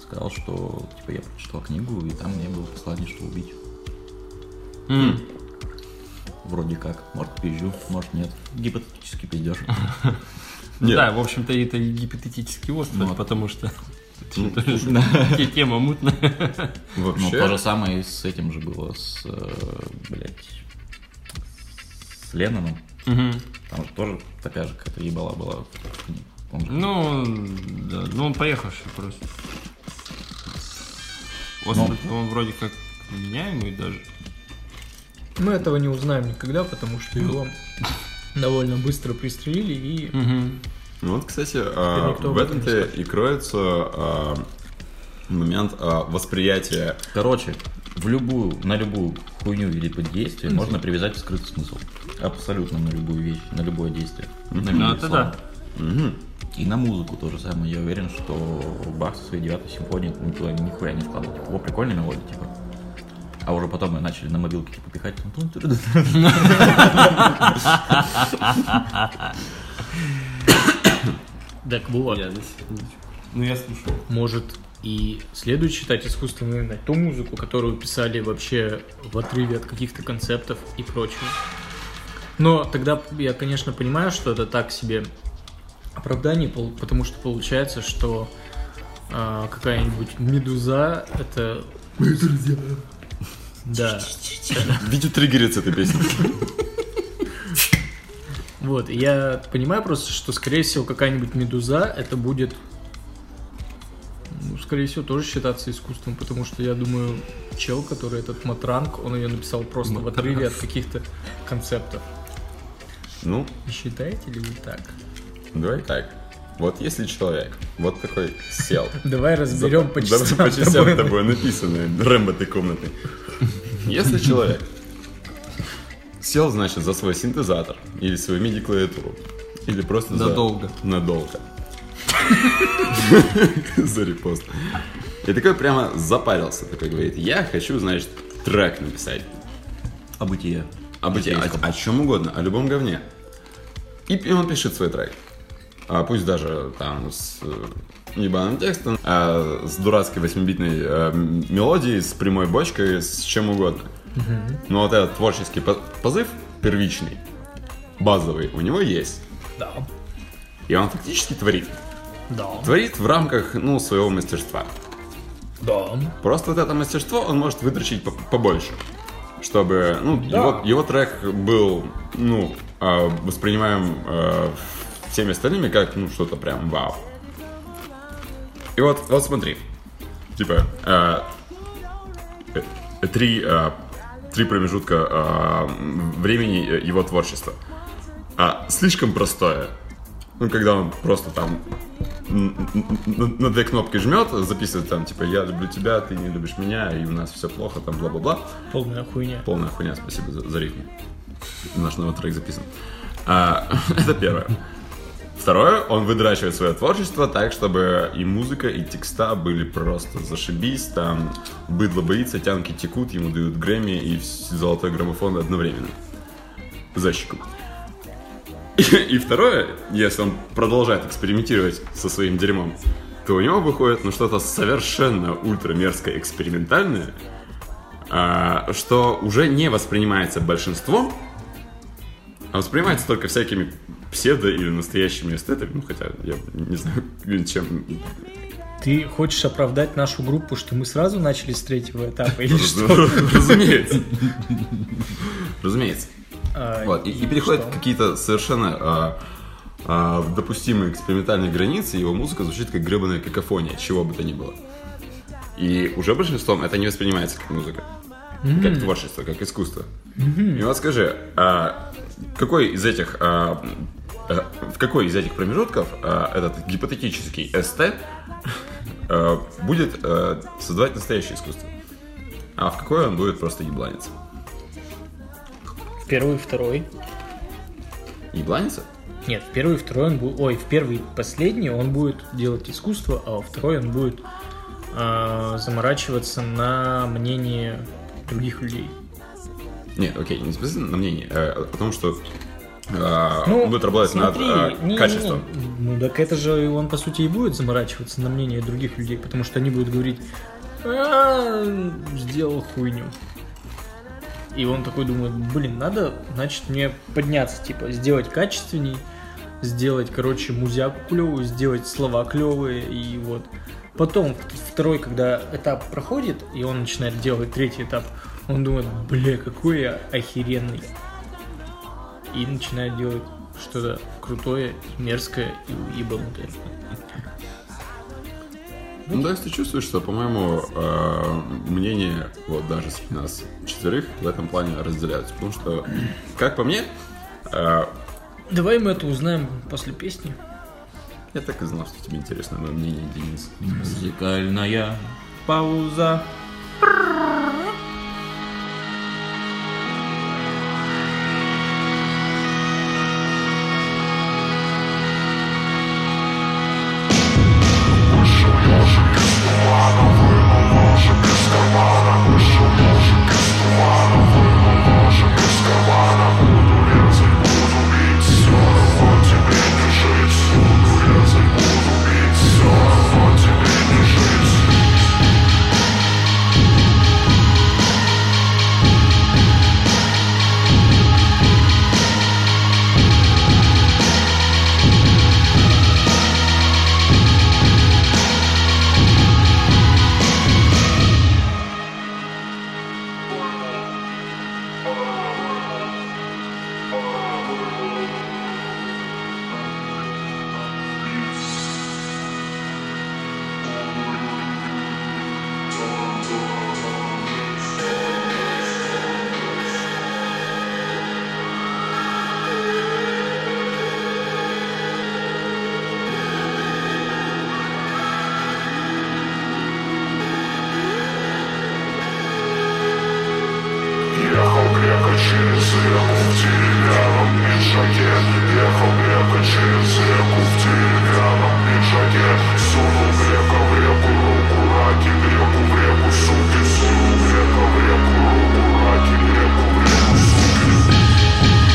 Speaker 4: Сказал, что типа я прочитал книгу, и там мне было послание, что убить. Вроде как. Может, пизжу, может, нет. Гипотетически пиздешь.
Speaker 3: Нет.
Speaker 2: Да, в общем-то, это и гипотетический остров, потому что те- тема мутная.
Speaker 4: Ну,
Speaker 3: Вообще,
Speaker 4: то же самое и с этим же было, с, э, блядь, с Ленноном. Там же тоже такая же какая-то ебала была. Он же-
Speaker 2: Ну, да, ну он поехавший просто. Остров, он вроде как меняемый даже.
Speaker 1: Мы этого не узнаем никогда, потому что его довольно быстро пристрелили и
Speaker 3: ну вот, кстати, а,
Speaker 1: никто об
Speaker 3: в
Speaker 1: этом не
Speaker 3: этом-то и кроется а, момент а, восприятия.
Speaker 4: Короче, в любую, на любую хуйню или под действие можно привязать скрытый смысл. Абсолютно на любую вещь, на любое действие. На
Speaker 2: Ну,
Speaker 4: любые
Speaker 2: это
Speaker 4: слова.
Speaker 2: да.
Speaker 4: И на музыку тоже самое. Я уверен, что Бах со своей девятой симфонии никуда нихуя не вкладывал. Типа, о, прикольная мелодия, типа. А уже потом мы начали на мобилке типа пихать.
Speaker 1: так вот.
Speaker 2: Я здесь ничего. Ну, я слушал.
Speaker 1: Может и следует считать искусственной на ту музыку, которую писали вообще в отрыве от каких-то концептов и прочего. Но тогда я, конечно, понимаю, что это так себе оправдание, пол- потому что получается, что а, какая-нибудь медуза это... Да.
Speaker 3: Видео триггерится этой песни.
Speaker 1: Вот, и я понимаю просто, что, скорее всего, какая-нибудь медуза это будет, ну, скорее всего, тоже считаться искусством, потому что я думаю, чел, который этот матранг, он ее написал просто в отрыве от каких-то концептов.
Speaker 3: Ну,
Speaker 1: Не Считаете ли вы так?
Speaker 3: давай так. Вот если человек вот такой сел,
Speaker 1: Давай разберем по частям.
Speaker 3: По частям
Speaker 1: тобой.
Speaker 3: тобой написанное. Рэмбо ты комнаты. Если человек сел, значит, за свой синтезатор или свою миди-клавиатуру, или просто за-
Speaker 2: Надолго.
Speaker 3: Надолго. За репост. И такой прямо запарился, такой говорит, я хочу, значит, трек написать.
Speaker 4: А бытие.
Speaker 3: О бытие, о, о чем а угодно, о любом говне. И, пи- он пишет свой трек. А, пусть даже там с э, ебаным текстом, а, с дурацкой восьмибитной э, м- мелодией, с прямой бочкой, с чем угодно. Но вот этот творческий по- позыв, первичный, базовый, у него есть.
Speaker 1: Да,
Speaker 3: И он фактически творит.
Speaker 1: да,
Speaker 3: Творит в рамках, ну, своего мастерства.
Speaker 1: да.
Speaker 3: Просто вот это мастерство он может выдрочить по- побольше. Чтобы, ну, его, его трек был, ну, а, воспринимаем а, всеми остальными как, ну, что-то прям вау. И вот, вот смотри. Типа, а, э, э, три, а, три промежутка а, м, времени э, его творчества. А, слишком простое. Ну, когда он просто там н- н- н- на две кнопки жмет, записывает там, типа, я люблю тебя, ты не любишь меня, и у нас все плохо, там, бла-бла-бла.
Speaker 1: Полная хуйня.
Speaker 3: Полная хуйня, спасибо за, за рифму. Наш новый трек записан. А, это первое. Второе, он выдрачивает свое творчество так, чтобы и музыка, и текста были просто зашибись, там быдло боится, тянки текут, ему дают Грэмми и вс- золотой граммофон одновременно. За щеку. И, и второе, если он продолжает экспериментировать со своим дерьмом, то у него выходит ну что-то совершенно ультра мерзкое, экспериментальное, а, что уже не воспринимается большинством, а воспринимается только всякими псевдо или настоящими эстетами, ну хотя я не знаю, чем
Speaker 1: Ты хочешь оправдать нашу группу, что мы сразу начали с третьего этапа или что?
Speaker 3: Разумеется. Разумеется.
Speaker 1: А,
Speaker 3: Вот, и, и переходит
Speaker 1: что?
Speaker 3: какие-то совершенно а, а, в допустимые экспериментальные границы, его музыка звучит как гребаная какофония, чего бы то ни было. И уже большинством это не воспринимается как музыка, как творчество, как искусство. И вот скажи, а, какой из этих, а, а, в какой из этих промежутков а, этот гипотетический эстет а, будет а, создавать настоящее искусство? А в какой он будет просто ебланиться?
Speaker 1: В первый и второй.
Speaker 3: Ебланиться?
Speaker 1: Нет, в первый и второй он будет... Ой, в первый и последний он будет делать искусство, а во второй он будет а, заморачиваться на мнение других людей.
Speaker 3: Нет, окей, не смысле на мнение, э, потому что э, он будет работать
Speaker 1: Ну, смотри,
Speaker 3: над э,
Speaker 1: не-не-не.
Speaker 3: качеством.
Speaker 1: Ну так это же он, по сути, и будет заморачиваться на мнение других людей, потому что они будут говорить, «А, сделал хуйню. И он такой думает, блин, надо, значит, мне подняться, типа, сделать качественней, сделать, короче, музяку клевую, сделать слова клевые, и вот. Потом, в- второй, когда этап проходит, и он начинает делать третий этап, он думает, бля, какой я охеренный и начинает делать что-то крутое, мерзкое и уебанутое.
Speaker 3: Ну, то есть ты чувствуешь, что, по-моему, э, мнение вот даже среди нас четверых в этом плане разделяются. Потому что, как по мне, э,
Speaker 1: Давай мы это узнаем после песни.
Speaker 3: я так и знал, что тебе интересно мое мнение, Денис.
Speaker 4: Музыкальная пауза.
Speaker 7: Ехал грека через реку в деревянном пиджаке Ехал грека через реку в деревянном пиджаке Сунул грека в реку руку раки Греку в реку суки Сунул грека в реку руку раки Греку в реку суки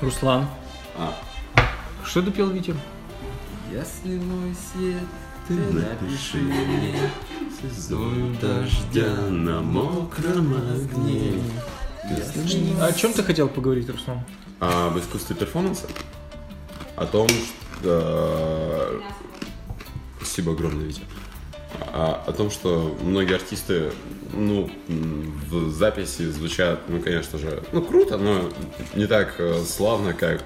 Speaker 1: Руслан.
Speaker 3: А.
Speaker 1: Что ты пел, Витя?
Speaker 2: Если мой свет, ты напиши мне Сезон
Speaker 3: Дождя на мокром огне.
Speaker 1: О чем ты хотел поговорить, Руслан?
Speaker 3: А, в искусстве перформанса? О том, что... э, Спасибо огромное, Витя. А, о том, что многие артисты, ну, м, в записи звучат, ну, конечно же, ну, круто, но не так э, славно, как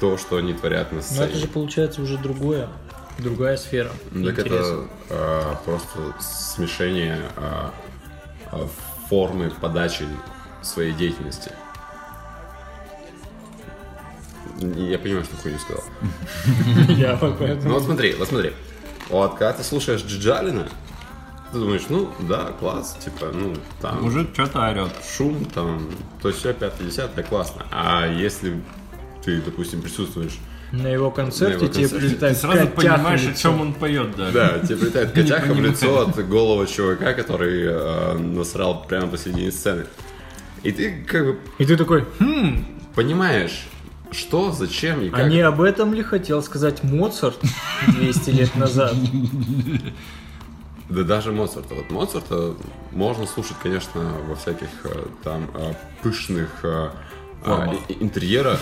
Speaker 3: то, что они творят на
Speaker 1: Ну это
Speaker 3: сцене.
Speaker 1: же получается уже другое. Другая сфера.
Speaker 3: Ну, Так
Speaker 1: интереса.
Speaker 3: это а, просто смешение а, а, формы подачи своей деятельности. Я понимаю, что хуйню сказал.
Speaker 1: Я вот поэтому-
Speaker 3: Ну вот смотри, вот смотри. Вот когда ты слушаешь Джиджалина, ты думаешь, ну да, класс, типа, ну там
Speaker 2: Мужик что-то орет.
Speaker 3: шум, там, то все, 5-10, классно. А если ты, допустим, присутствуешь
Speaker 1: На его концерте
Speaker 3: На его
Speaker 1: тебе
Speaker 3: концерте.
Speaker 2: Ты
Speaker 1: прилетает
Speaker 2: сразу
Speaker 1: котяха
Speaker 2: понимаешь,
Speaker 1: в
Speaker 2: о
Speaker 1: лицо.
Speaker 2: чем он поет даже.
Speaker 3: Да, тебе прилетает котяха в
Speaker 2: понимаю.
Speaker 3: лицо от голого чувака, который э, насрал прямо посередине сцены. И ты как бы
Speaker 1: И ты такой, хм,
Speaker 3: понимаешь, что, зачем и как.
Speaker 1: а не об этом ли хотел сказать Моцарт 200 лет назад?
Speaker 3: Да даже Моцарта. Вот Моцарта можно слушать, конечно, во всяких э, там э, пышных э, э, и- интерьерах.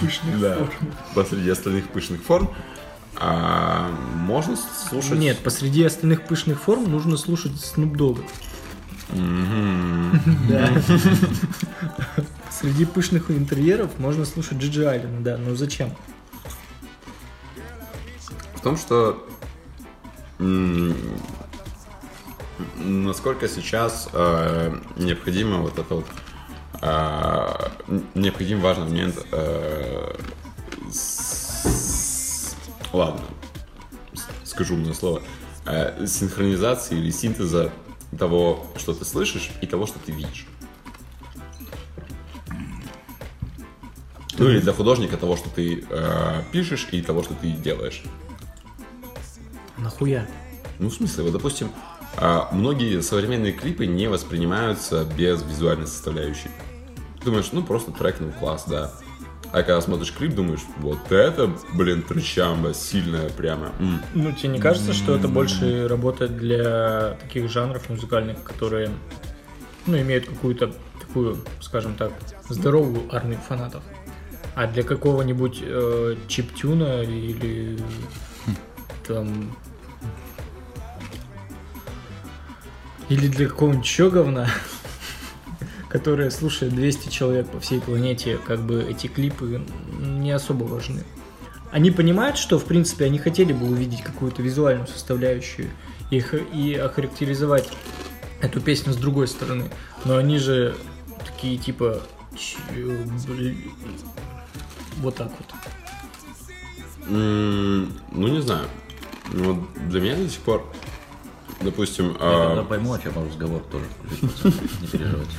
Speaker 3: Пышных форм. Посреди остальных пышных форм. А можно слушать...
Speaker 1: Нет, посреди остальных пышных форм нужно слушать Снуп Дога. Да. Среди пышных интерьеров можно слушать Джиджи Алина, да, но зачем?
Speaker 3: в том, что м, насколько сейчас э, необходимо вот это вот э, н- необходим важный момент э, с- ладно с- скажу умное слово э, синхронизации или синтеза того, что ты слышишь и того, что ты видишь. Ну или для художника того, что ты э, пишешь и того, что ты делаешь.
Speaker 1: Нахуя?
Speaker 3: Ну, в смысле, вот, допустим, а, многие современные клипы не воспринимаются без визуальной составляющей. Ты думаешь, ну, просто трек, ну, класс, да. А когда смотришь клип, думаешь, вот это, блин, трещамба сильная прямо. м.
Speaker 1: Ну, тебе не кажется, что это больше работает для таких жанров музыкальных, которые, ну, имеют какую-то такую, скажем так, здоровую армию фанатов? А для какого-нибудь э, чиптюна или там... Или для какого-нибудь еще говна, которое слушает 200 человек по всей планете, как бы эти клипы не особо важны. Они понимают, что, в принципе, они хотели бы увидеть какую-то визуальную составляющую и, х- и охарактеризовать эту песню с другой стороны. Но они же такие, типа, «Чё, блин?» вот так вот.
Speaker 3: М, Ну, не знаю. Ну, вот для меня до сих пор, допустим,
Speaker 4: Я
Speaker 3: а,
Speaker 4: когда пойму, о чем разговор тоже. Не переживайте.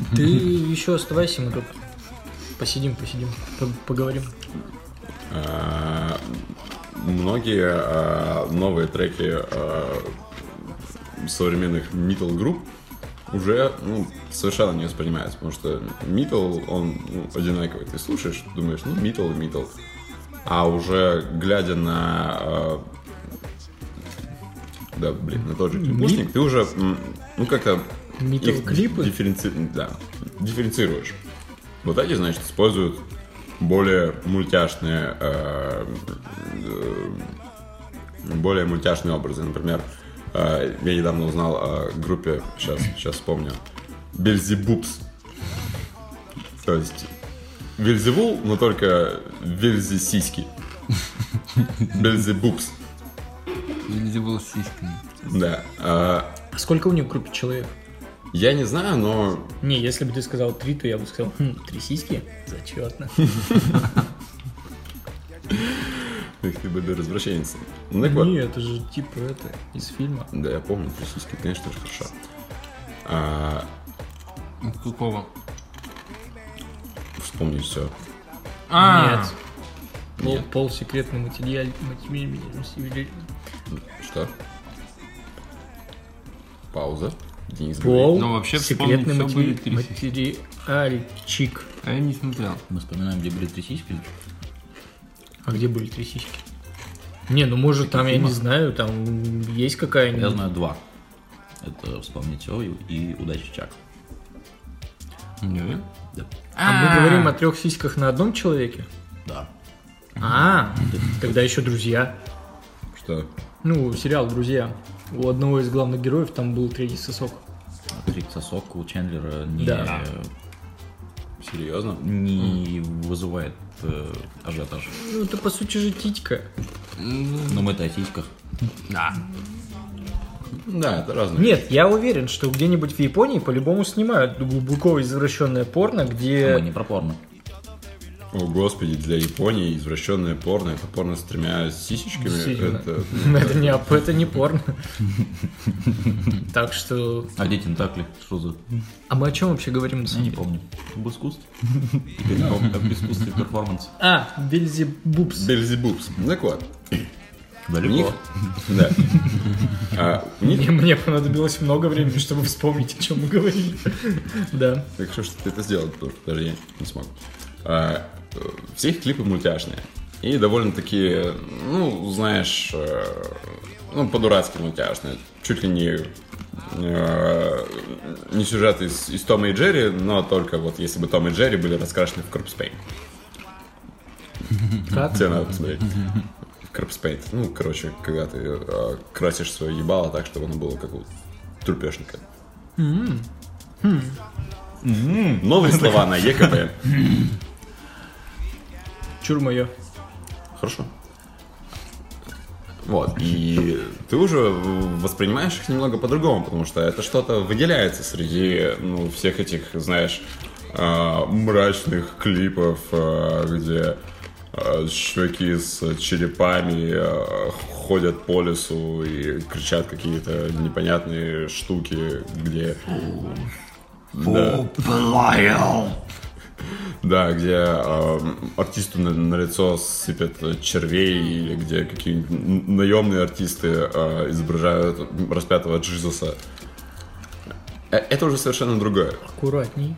Speaker 1: Ты еще оставайся, мы тут посидим, посидим, по- поговорим.
Speaker 3: а, многие а, новые треки а, современных митл групп уже ну, совершенно не воспринимаются, потому что митл, он ну, одинаковый. Ты слушаешь, думаешь, ну, митл, митл. А уже глядя на... э, да, блин, на тот же клипушник, ты уже, м, ну, как-то...
Speaker 1: Митл
Speaker 3: их
Speaker 1: клипы?
Speaker 3: дифференци- Да, дифференцируешь. Вот эти, значит, используют более мультяшные э, более мультяшные образы. Например, э, я недавно узнал о группе, сейчас, сейчас вспомню, Бельзибубс. То есть Вельзевул, но только Вельзесиськи. Бельзебубс.
Speaker 2: Нельзя было с сиськами.
Speaker 3: Да. А,
Speaker 1: Сколько у них в группе человек?
Speaker 3: Я не знаю, но
Speaker 1: Не, если бы ты сказал три, то я бы сказал, «Хм, три сиськи? Зачетно.
Speaker 3: их ты бы развращенец. Ну так вот.
Speaker 1: Не, это же типа это, из фильма.
Speaker 3: Да, я помню, присутствие, конечно же, хорошо. А,
Speaker 2: Какого?
Speaker 3: вспомню все.
Speaker 2: А,
Speaker 1: Нет. Пол, пол секретный материал. матери- матери-
Speaker 3: Что? Пауза. Денис
Speaker 1: Пол.
Speaker 2: Ну, вообще
Speaker 1: секретный
Speaker 2: вспомнить всё были
Speaker 1: матери-
Speaker 2: три сиськи.
Speaker 1: материальчик.
Speaker 2: а я не смотрел.
Speaker 4: Мы вспоминаем, где были три сиськи.
Speaker 1: А где были три сиськи? Не, ну может там, я не знаю, там есть
Speaker 4: Я
Speaker 1: какая-нибудь.
Speaker 4: знаю два. Это вспомнить все и удачи Чак.
Speaker 2: Не.
Speaker 4: Да.
Speaker 1: А мы говорим о трех сиськах на одном человеке?
Speaker 4: Да.
Speaker 1: А, тогда еще друзья.
Speaker 3: Что?
Speaker 1: Ну, сериал «Друзья». У одного из главных героев там был третий сосок.
Speaker 4: Крик сосок у Чендлера не,
Speaker 1: Да.
Speaker 3: Серьезно?
Speaker 4: не вызывает э, ажиотаж.
Speaker 1: Ну, это по сути же титька.
Speaker 4: Но мы-то о сиськах.
Speaker 3: Да, это разные.
Speaker 1: Нет, я уверен, что где-нибудь в Японии по-любому снимают глубоко извращенное порно,
Speaker 4: Мы
Speaker 1: где...
Speaker 4: не про порно.
Speaker 3: О, господи, для Японии извращенное порно, это порно с тремя сисечками.
Speaker 1: Действительно.
Speaker 3: Это,
Speaker 1: Это не, оп- это не порно. Так что...
Speaker 4: А где тентакли? Что за?
Speaker 1: А мы о чем вообще говорим? на
Speaker 4: Я
Speaker 1: самом
Speaker 4: не
Speaker 1: деле?
Speaker 4: помню. Об искусстве. Теперь об об искусстве перформанс.
Speaker 1: А, Бельзебубс.
Speaker 3: Бельзебубс. Так вот, у них...
Speaker 4: Далеко.
Speaker 3: Да. А, у них...
Speaker 1: Мне, мне понадобилось много времени, чтобы вспомнить, о чем мы говорили. Да.
Speaker 3: Так что, что ты это сделал, потому что даже я не смог. А, э, все их клипы мультяшные. И довольно-таки, э, ну, знаешь, э, ну, по-дурацки мультяшные. Чуть ли не, э, не сюжет из, из Тома и Джерри, но только вот если бы Том и Джерри были раскрашены в Корпс Пейнт.
Speaker 1: Как?
Speaker 3: Тебе надо посмотреть. Корпс Пейнт. Ну, короче, когда ты э, красишь свое ебало так, чтобы оно было как у трупешника. М, Новые слова на ЕКП.
Speaker 1: Чур мое.
Speaker 3: Хорошо. Вот, и ты уже воспринимаешь их немного по-другому, потому что это что-то выделяется среди ну, всех этих, знаешь, а, мрачных клипов, а, где а, чуваки с черепами а, ходят по лесу и кричат какие-то непонятные штуки, где... Да. Да, где эм, артисту на, на лицо сыпят э, червей, или где какие-нибудь н- наемные артисты э, изображают распятого Джизуса. Э, Это уже совершенно другое.
Speaker 1: Аккуратней.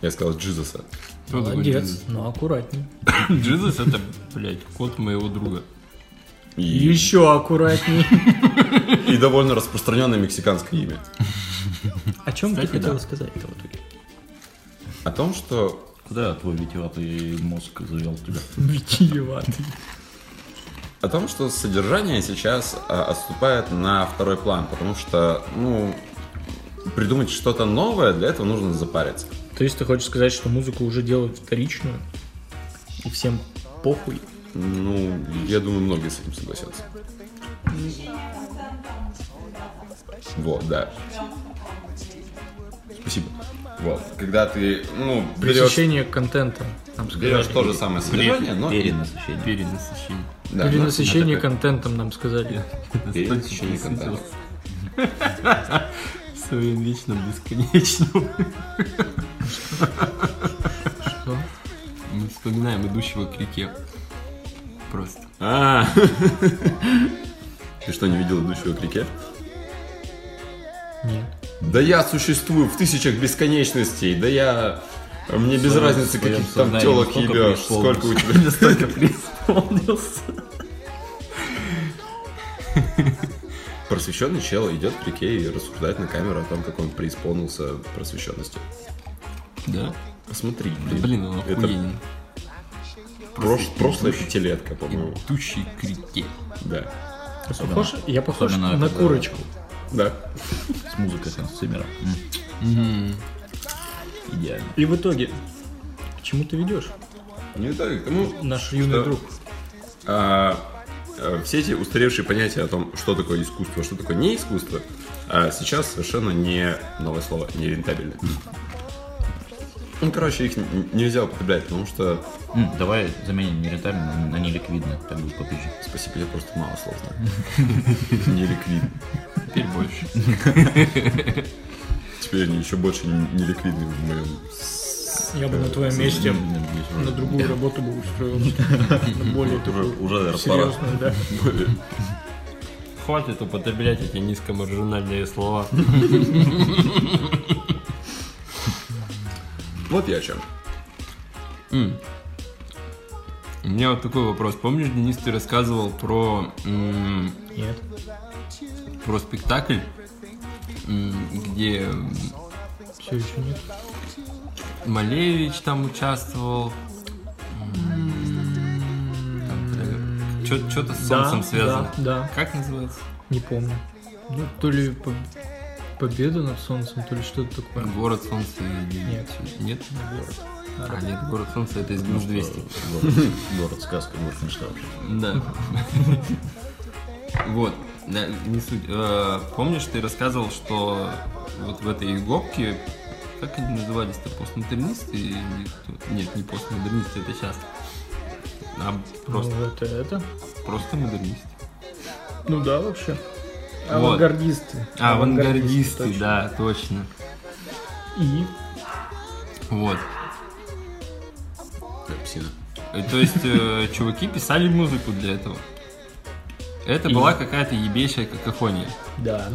Speaker 3: Я сказал Джизуса.
Speaker 2: Кто такой
Speaker 1: Молодец, но аккуратней.
Speaker 2: Джизус? Джизус это, блядь, кот моего друга.
Speaker 3: И,
Speaker 1: Еще аккуратней.
Speaker 3: и довольно распространенное мексиканское имя.
Speaker 1: О чем ты
Speaker 4: Кстати,
Speaker 1: хотел
Speaker 4: да.
Speaker 1: сказать-то в итоге?
Speaker 3: О том, что
Speaker 4: Куда твой витиеватый мозг завел тебя?
Speaker 1: Витиеватый.
Speaker 3: о том, что содержание сейчас а, отступает на второй план, потому что, ну, придумать что-то новое, для этого нужно запариться.
Speaker 1: То есть ты хочешь сказать, что музыку уже делают вторичную? И всем похуй?
Speaker 3: Ну, я думаю, многие с этим согласятся. Вот, да. Спасибо. Вот, когда ты, ну, берешь,
Speaker 1: Пресечение контента. Нам сказали.
Speaker 3: берешь то же самое содержание, но...
Speaker 4: Перенасыщение.
Speaker 2: Перенасыщение.
Speaker 3: Да, ну, но-
Speaker 1: Перенасыщение контентом нам сказали.
Speaker 3: Перенасыщение контента.
Speaker 2: В своем вечном бесконечном.
Speaker 1: Что?
Speaker 2: Мы вспоминаем идущего к реке. Просто.
Speaker 3: А. Ты что, не видел идущего к реке?
Speaker 1: Нет.
Speaker 3: Да я существую в тысячах бесконечностей, да я... Мне без
Speaker 4: своём-
Speaker 3: разницы,
Speaker 4: в своём
Speaker 3: каких ты там
Speaker 4: сознании
Speaker 3: телок ебешь, сколько
Speaker 4: сколько преисполнился.
Speaker 3: у тебя...
Speaker 2: Столько преисполнился.
Speaker 3: Просвещенный чел идет к реке и рассуждает на камеру о том, как он преисполнился просвещенностью.
Speaker 2: Да?
Speaker 3: Посмотри, блин.
Speaker 2: Блин, он
Speaker 3: это
Speaker 2: охуенен.
Speaker 3: прош- прошлая пятилетка, по-моему.
Speaker 2: Идущий к реке.
Speaker 3: Да.
Speaker 1: Похож? Я похож
Speaker 4: Особенно
Speaker 1: на
Speaker 4: это, да.
Speaker 1: курочку.
Speaker 3: Да.
Speaker 4: С музыкой Сэмера. Идеально.
Speaker 1: И в итоге, к чему ты ведешь,
Speaker 3: Не так, к тому,
Speaker 1: наш юный
Speaker 3: что,
Speaker 1: друг?
Speaker 3: а, а, все эти устаревшие понятия о том, что такое искусство, что такое не искусство, а, сейчас совершенно не, новое слово, не рентабельно. Ну, короче, их н- нельзя употреблять, потому что,
Speaker 4: М, Давай заменим нерентабельно на- на неликвидное, так будет попизже.
Speaker 3: спасибо, я просто мало слов знаю. Не ликвидно.
Speaker 2: Теперь больше.
Speaker 3: Теперь они еще больше не не ликвидны в моем
Speaker 1: Я бы на твоем месте на другую работу бы устроил. На более такую
Speaker 3: уже пора.
Speaker 1: серьезную, да.
Speaker 2: Хватит употреблять эти низкомаржинальные слова.
Speaker 3: Вот я о чем.
Speaker 2: У меня вот такой вопрос. Помнишь, Денис, ты рассказывал про, м,
Speaker 1: Нет.
Speaker 2: про спектакль, м, где м,
Speaker 1: Все еще нет.
Speaker 2: Малевич там участвовал? Что-то с
Speaker 1: да,
Speaker 2: солнцем связано.
Speaker 1: Да, да.
Speaker 2: Как называется?
Speaker 1: Не помню. Ну, то ли по- победа над солнцем, то ли что-то такое.
Speaker 2: Город солнца или
Speaker 1: Нет. Ну,
Speaker 2: Нет, не город. А нет, город солнца это из минус 200.
Speaker 4: Город, город сказка, город ну мечта.
Speaker 2: Да. Вот, да, не суть. Э, Помнишь, ты рассказывал, что вот в этой гопке, как они назывались-то, постмодернисты? или кто? Нет, не постмодернисты, это сейчас. А просто,
Speaker 1: Ну, это это.
Speaker 2: просто модернисты.
Speaker 1: Ну да, вообще.
Speaker 2: Вот.
Speaker 1: Авангардисты.
Speaker 2: А, Авангардисты,
Speaker 1: точно.
Speaker 2: да, точно.
Speaker 1: И
Speaker 2: Вот.
Speaker 3: Псина.
Speaker 2: Э, То есть э, чуваки писали музыку для этого. Это была какая-то ебейшая какофония.
Speaker 1: да.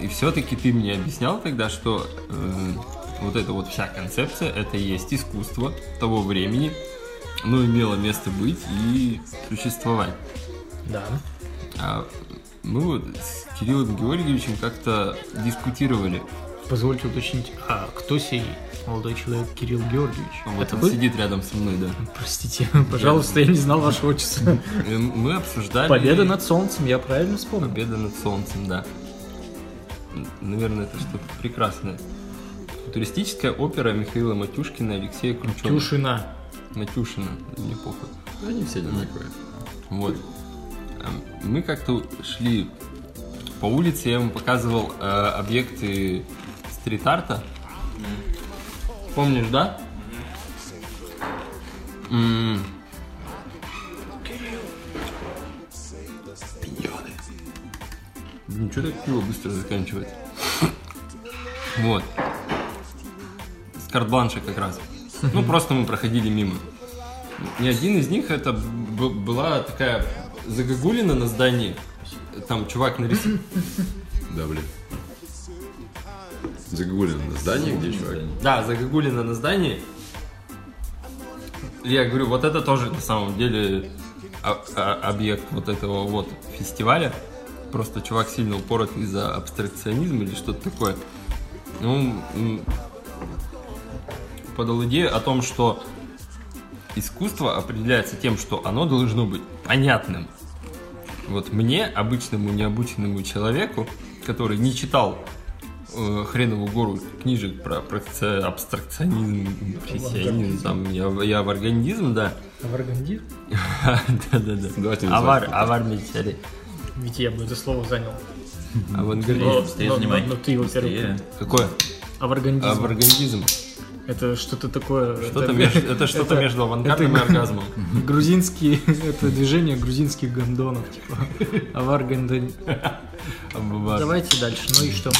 Speaker 2: И все-таки ты мне объяснял тогда, что э, вот эта вот вся концепция, это и есть искусство того времени, ну, имело место быть и существовать.
Speaker 1: Да.
Speaker 2: А мы вот с Кириллом Георгиевичем как-то дискутировали.
Speaker 1: Позвольте уточнить, а кто сей молодой человек Кирилл Георгиевич?
Speaker 2: Вот
Speaker 1: это
Speaker 2: он
Speaker 1: вы?
Speaker 2: сидит рядом со мной, да.
Speaker 1: Простите, пожалуйста, я не знал вашего отчества.
Speaker 2: И мы обсуждали...
Speaker 1: Победа над солнцем, я правильно вспомнил?
Speaker 2: Победа над солнцем, да. Н- Наверное, это что-то прекрасное. Туристическая опера Михаила Матюшкина и Алексея Кручева.
Speaker 1: Тюшина.
Speaker 2: Матюшина, мне похуй.
Speaker 3: Они все одинаковые.
Speaker 2: Вот. Эм, Мы как-то шли по улице, я ему показывал э, объекты стрит-арта. Помнишь, да? М,
Speaker 3: Миньоны.
Speaker 2: Блин, что Ну, так пиво быстро заканчивается? Вот. С карт-бланша как раз. Ну, просто мы проходили мимо. И один из них это б- была такая загогулина на здании. Там чувак нарисовал.
Speaker 3: Да, блин. Загуглено на здании, где чувак?
Speaker 2: Да, загогулина на здании. Я говорю, вот это тоже на самом деле а- а- объект вот этого вот фестиваля. Просто чувак сильно упорот из-за абстракционизма или что-то такое. Ну, м, подал идею о том, что искусство определяется тем, что оно должно быть понятным. Вот мне, обычному необученному человеку, который не читал э, хренову гору книжек про професси- абстракционизм, импрессионизм, там, я, я в организм, да.
Speaker 1: Авангардист?
Speaker 2: Да-да-да.
Speaker 3: Давайте не
Speaker 2: Авар,
Speaker 3: называть.
Speaker 2: авар мечтали.
Speaker 1: Ведь я бы это слово занял.
Speaker 2: А Авангардизм.
Speaker 6: быстрее
Speaker 1: но-
Speaker 6: занимай.
Speaker 1: но ты, во-первых,
Speaker 6: Быстрее.
Speaker 2: Какое?
Speaker 1: Авангардизм.
Speaker 2: Аваргандизм.
Speaker 1: Это что-то такое...
Speaker 2: Что-то
Speaker 1: это-
Speaker 2: между, это что-то
Speaker 1: это-
Speaker 2: между авангардом и
Speaker 1: это-
Speaker 2: оргазмом.
Speaker 1: Грузинские... Это движение грузинских гондонов, типа. Аваргандан...
Speaker 2: Авар.
Speaker 1: Давайте дальше. Ну и что?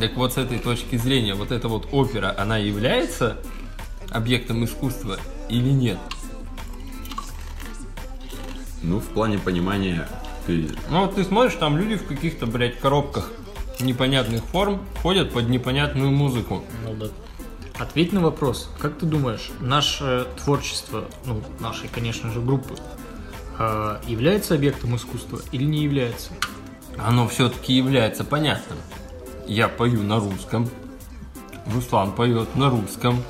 Speaker 2: Так вот, с этой точки зрения, вот эта вот опера, она является объектом искусства или нет?
Speaker 3: Ну, в плане понимания ты...
Speaker 2: Ну вот ты смотришь, там люди в каких-то, блядь, коробках непонятных форм ходят под непонятную музыку.
Speaker 1: Ну да. Ответь на вопрос. Как ты думаешь, наше творчество, ну, нашей, конечно же, группы, а, является объектом искусства или не является?
Speaker 2: Оно все-таки является понятным. Я пою на русском. Руслан поет на русском.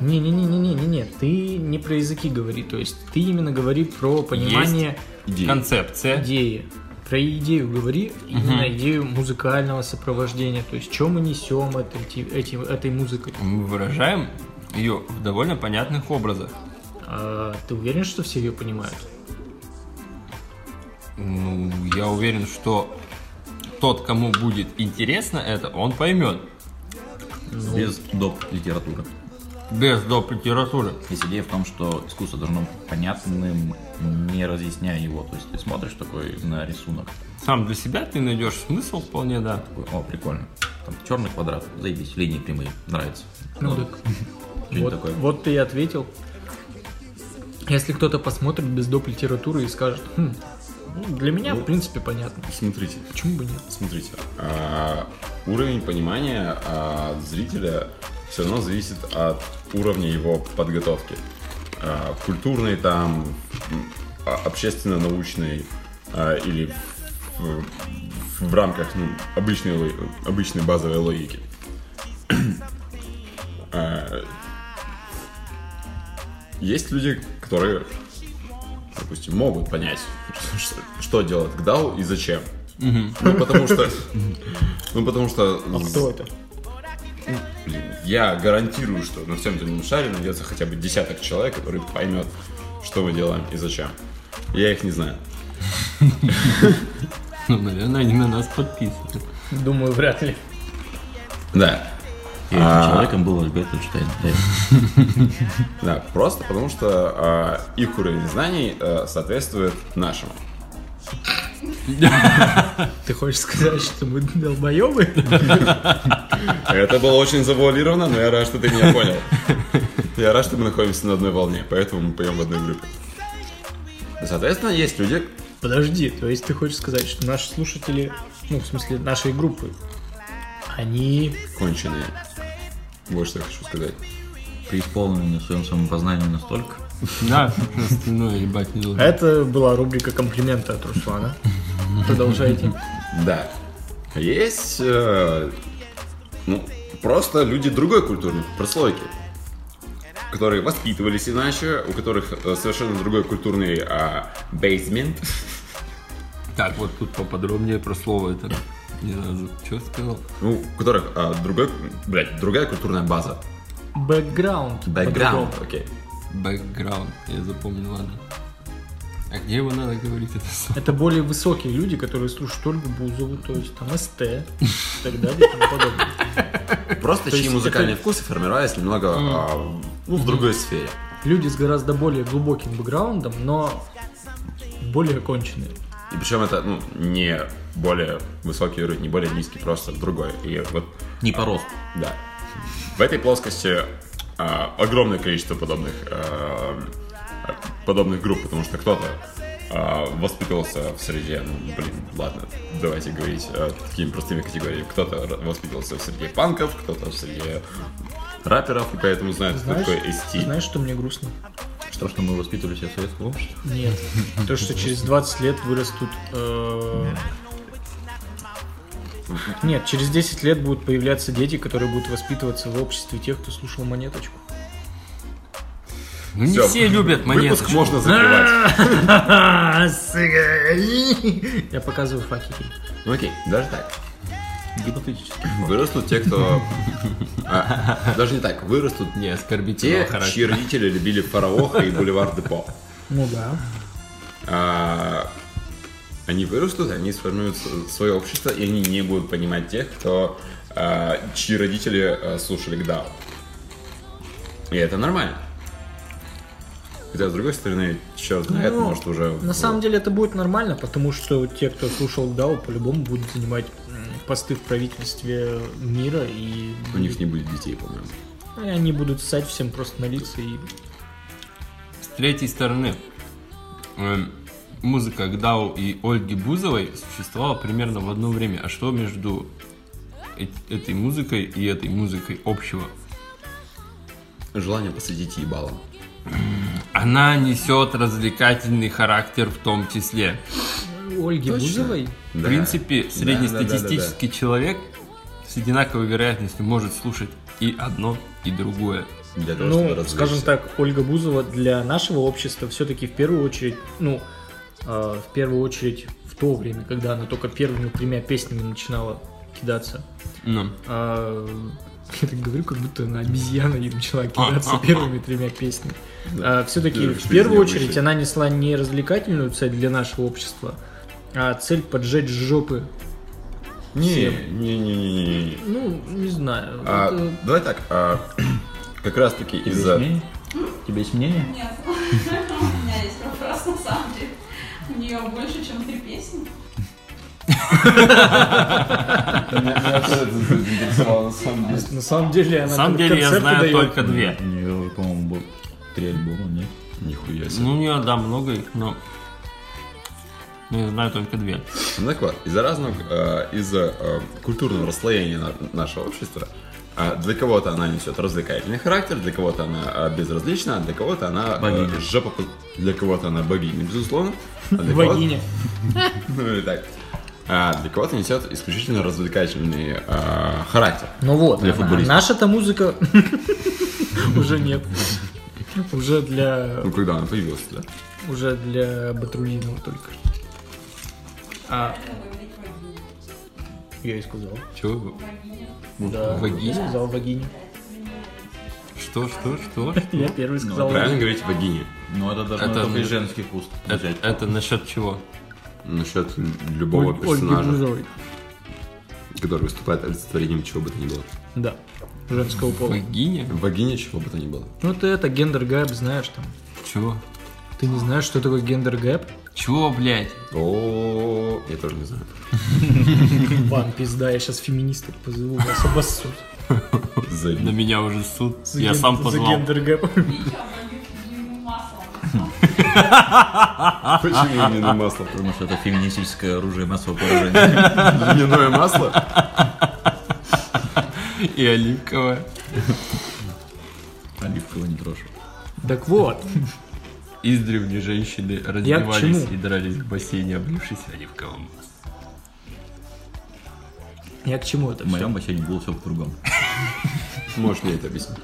Speaker 1: Не-не-не-не-не-не, ты не про языки говори, то есть ты именно говори про понимание
Speaker 3: Иди.
Speaker 2: Концепция.
Speaker 1: идеи. Про идею говори, именно идею музыкального сопровождения, то есть что мы несем этой, ти- этим- этой музыкой.
Speaker 2: Мы выражаем ее в довольно понятных образах.
Speaker 1: А, ты уверен, что все ее понимают?
Speaker 2: Ну, я уверен, что тот, кому будет интересно это, он поймет.
Speaker 4: Без доп. литературы.
Speaker 2: Без доп. литературы.
Speaker 4: Есть идея в том, что искусство должно быть понятным, не разъясняя его. То есть ты смотришь такой на рисунок,
Speaker 2: Сам для себя ты найдешь смысл вполне, да.
Speaker 4: такой, о, прикольно. Там черный квадрат, заебись, линии прямые, нравится.
Speaker 1: Ну, так
Speaker 4: Что-нибудь
Speaker 1: Вот,
Speaker 4: такое.
Speaker 1: вот ты и ответил. Если кто-то посмотрит без доп. литературы и скажет, «Хм, ну, для меня, в принципе, понятно.
Speaker 3: Смотрите,
Speaker 1: Почему бы нет?
Speaker 3: смотрите. а, уровень понимания а, зрителя все равно зависит от уровня его подготовки. А, культурный там, м, а, общественно-научный а, или в, в- в рамках ну, обычной, ло- обычной базовой логики. А, есть люди, которые, допустим, могут понять, что, что делает ГДАУ и зачем.
Speaker 1: А
Speaker 3: Ну, потому что... Ну, потому что...
Speaker 1: Кто это?
Speaker 3: Блин, я гарантирую, что на всем земном шаре найдется хотя бы десяток человек, который поймет, что мы делаем и зачем. Я их не знаю.
Speaker 2: Ну, наверное, они на нас подписаны.
Speaker 1: Думаю, вряд ли.
Speaker 3: Да.
Speaker 4: И этим человеком был Альберт Эйнштейн. Да.
Speaker 3: Да, просто потому что а, их уровень знаний а, соответствует нашему.
Speaker 1: Ты хочешь сказать, что мы долбоебы?
Speaker 3: Это было очень завуалировано, но я рад, что ты меня понял. Я рад, что мы находимся на одной волне, поэтому мы поем в одной группе. Соответственно, есть люди,
Speaker 1: Подожди, то есть ты хочешь сказать, что наши слушатели, ну, в смысле, нашей группы, они...
Speaker 3: конченые. Вот что я хочу сказать.
Speaker 4: Преисполнены в своем самопознании настолько.
Speaker 2: Да, остальное ебать не должен.
Speaker 1: Это была рубрика комплимента от Руслана. Продолжайте.
Speaker 3: Да. Есть, э, ну, просто люди другой культурной прослойки, которые воспитывались иначе, у которых э, совершенно другой культурный а, бейсмент.
Speaker 2: Так, вот тут поподробнее про слово это. Не знаю, что сказал.
Speaker 3: ну, у которых а, другой, блядь, другая культурная база.
Speaker 1: Бэкграунд.
Speaker 4: Бэкграунд.
Speaker 3: Окей.
Speaker 2: Бэкграунд, я запомнил, ладно. А где его надо говорить это слово?
Speaker 1: Это более высокие люди, которые слушают Ольгу Бузову, то есть там СТ и так далее и тому подобное.
Speaker 3: Просто
Speaker 1: То
Speaker 3: чьи
Speaker 1: есть
Speaker 3: музыкальные
Speaker 1: это-
Speaker 3: вкусы формировались немного а, ну, в другой сфере.
Speaker 1: Люди с гораздо более глубоким бэкграундом, но более конченые.
Speaker 3: И причем это ну, не более высокий уровень, не более низкий, просто другой. И вот,
Speaker 4: Не по росту.
Speaker 3: да. В этой плоскости а, огромное количество подобных, а, подобных групп, потому что кто-то а, воспитывался в среде, ну, блин, ладно, давайте говорить а, такими простыми категориями. Кто-то р- воспитывался в среде панков, кто-то в среде рэперов, и поэтому знает, что
Speaker 1: Знаешь,
Speaker 3: такое ST.
Speaker 1: знаешь, что мне грустно?
Speaker 4: То, что мы воспитывали себя в советском обществе.
Speaker 1: Нет. То, что через 20 лет вырастут... э, Нет, через 10 лет будут появляться дети, которые будут воспитываться в обществе тех, кто слушал монеточку.
Speaker 2: Ну не
Speaker 3: Всё,
Speaker 2: все любят
Speaker 3: Выпуск
Speaker 2: монеточку.
Speaker 3: можно закрывать.
Speaker 1: Я показываю факики.
Speaker 3: Ну окей, даже так. Гипотетически. Вырастут те, кто... А, даже не так, вырастут
Speaker 2: Не оскорбительного
Speaker 3: те, чьи
Speaker 2: характера.
Speaker 3: родители любили Фараоха и Бульвар Депо.
Speaker 1: Ну да.
Speaker 3: А, они вырастут, они сформируют с- свое общество, и они не будут понимать тех, кто... а, чьи родители а, слушали Гдау. И это нормально. Хотя, с другой стороны, черт знает,
Speaker 1: Ну,
Speaker 3: может, уже...
Speaker 1: На самом деле это будет нормально, потому что те, кто слушал Дау, по-любому будут занимать м, посты в правительстве мира и
Speaker 3: У них не будет детей, по-моему.
Speaker 1: и они будут ссать всем просто на лица и
Speaker 2: С третьей стороны, эм, музыка Гдау и Ольги Бузовой существовала примерно в одно время. А что между э- этой музыкой и этой музыкой общего?
Speaker 3: Желание посадить ебалом.
Speaker 2: Она несет развлекательный характер в том числе.
Speaker 1: У Ольги Бузовой.
Speaker 3: Да.
Speaker 2: В принципе, среднестатистический человек с одинаковой вероятностью может слушать и одно, и другое.
Speaker 3: Для того, чтобы
Speaker 1: Ну,
Speaker 3: развлечься.
Speaker 1: скажем так, Ольга Бузова для нашего общества все-таки в первую очередь, ну, э, в первую очередь в то время, когда она только первыми тремя песнями начинала кидаться.
Speaker 2: Ну,
Speaker 1: А, Я так говорю, как будто она обезьяна и начала кидаться первыми тремя песнями. Все-таки
Speaker 3: Первый,
Speaker 1: в
Speaker 3: что
Speaker 1: первую
Speaker 3: из неё
Speaker 1: очередь
Speaker 3: вышли.
Speaker 1: она несла не развлекательную цель для нашего общества, а цель поджечь жопы.
Speaker 3: Не, не, не, не, не, не.
Speaker 1: Ну, не знаю.
Speaker 3: А,
Speaker 1: это-
Speaker 3: давай так. а, как раз таки из-за.
Speaker 4: У тебя есть мнение?
Speaker 8: Нет, у меня есть вопрос на самом деле. У нее больше, чем три песни.
Speaker 1: На самом деле она
Speaker 2: на самом
Speaker 1: только
Speaker 2: деле я
Speaker 1: концерты
Speaker 2: знаю
Speaker 1: даёт.
Speaker 2: только две.
Speaker 4: У нее, по-моему, был три альбома, нет?
Speaker 3: Нихуя себе.
Speaker 2: Ну, у нее, да, много их, но... но я знаю только две.
Speaker 3: Ну, так вот, из-за разных, а, из-за а, культурного расслоения на- нашего общества, а, для кого-то она несет развлекательный характер, для кого-то она а, безразлична, а для кого-то она а,
Speaker 4: Богиня.
Speaker 3: жопа, для кого-то она богиня, безусловно. а для кого-то-
Speaker 1: Богиня.
Speaker 3: Ну или так. А, для кого-то несет исключительно развлекательный а, характер.
Speaker 1: Ну вот,
Speaker 3: Для
Speaker 1: а
Speaker 3: футболистов.
Speaker 1: наша-то музыка уже нет. Уже для
Speaker 3: Ну когда она появилась, да?
Speaker 1: уже для Батрудинова только. А... Я и сказал.
Speaker 2: Чего?
Speaker 1: Да,
Speaker 2: Вагиня?
Speaker 1: я сказал Вагиня.
Speaker 2: что, что, что?
Speaker 1: Я первый
Speaker 2: Ну,
Speaker 1: сказал.
Speaker 3: Правильно говорить богини.
Speaker 4: Но Ну, это даже
Speaker 2: Это
Speaker 4: это
Speaker 2: мы-
Speaker 4: из женских уст
Speaker 2: Это,
Speaker 4: взять.
Speaker 2: это насчет чего?
Speaker 3: Насчет л-
Speaker 1: Оль-
Speaker 3: любого
Speaker 1: Ольги
Speaker 3: персонажа,
Speaker 1: Бузовой.
Speaker 3: который выступает олицетворением чего бы то ни было.
Speaker 1: Да. Женского пола.
Speaker 2: Богиня?
Speaker 3: Богиня чего бы то ни было.
Speaker 1: Ну ты это гендер гэп знаешь там.
Speaker 2: Чего?
Speaker 1: Ты не знаешь, что такое гендер гэп?
Speaker 2: Чего, блядь?
Speaker 3: О, я тоже не знаю.
Speaker 1: Бан, пизда, я сейчас феминисток позову, вас обоссут.
Speaker 3: Заебись.
Speaker 2: На меня уже суд.
Speaker 1: За
Speaker 2: Я
Speaker 1: ген-
Speaker 2: сам
Speaker 1: За
Speaker 2: позвал.
Speaker 1: гендер гэп.
Speaker 8: Ничего, ему маслом.
Speaker 3: Почему именно масло?
Speaker 4: Потому что это феминистическое оружие массового поражения.
Speaker 3: Льняное масло?
Speaker 2: И оливковое.
Speaker 4: Оливкового не трожь.
Speaker 1: Так вот,
Speaker 2: Издревле женщины
Speaker 1: чему?
Speaker 2: раздевались и дрались в бассейне, облившись оливковым.
Speaker 1: я к чему это
Speaker 4: В моем бассейне было все по-другому.
Speaker 3: Можешь мне это объяснить?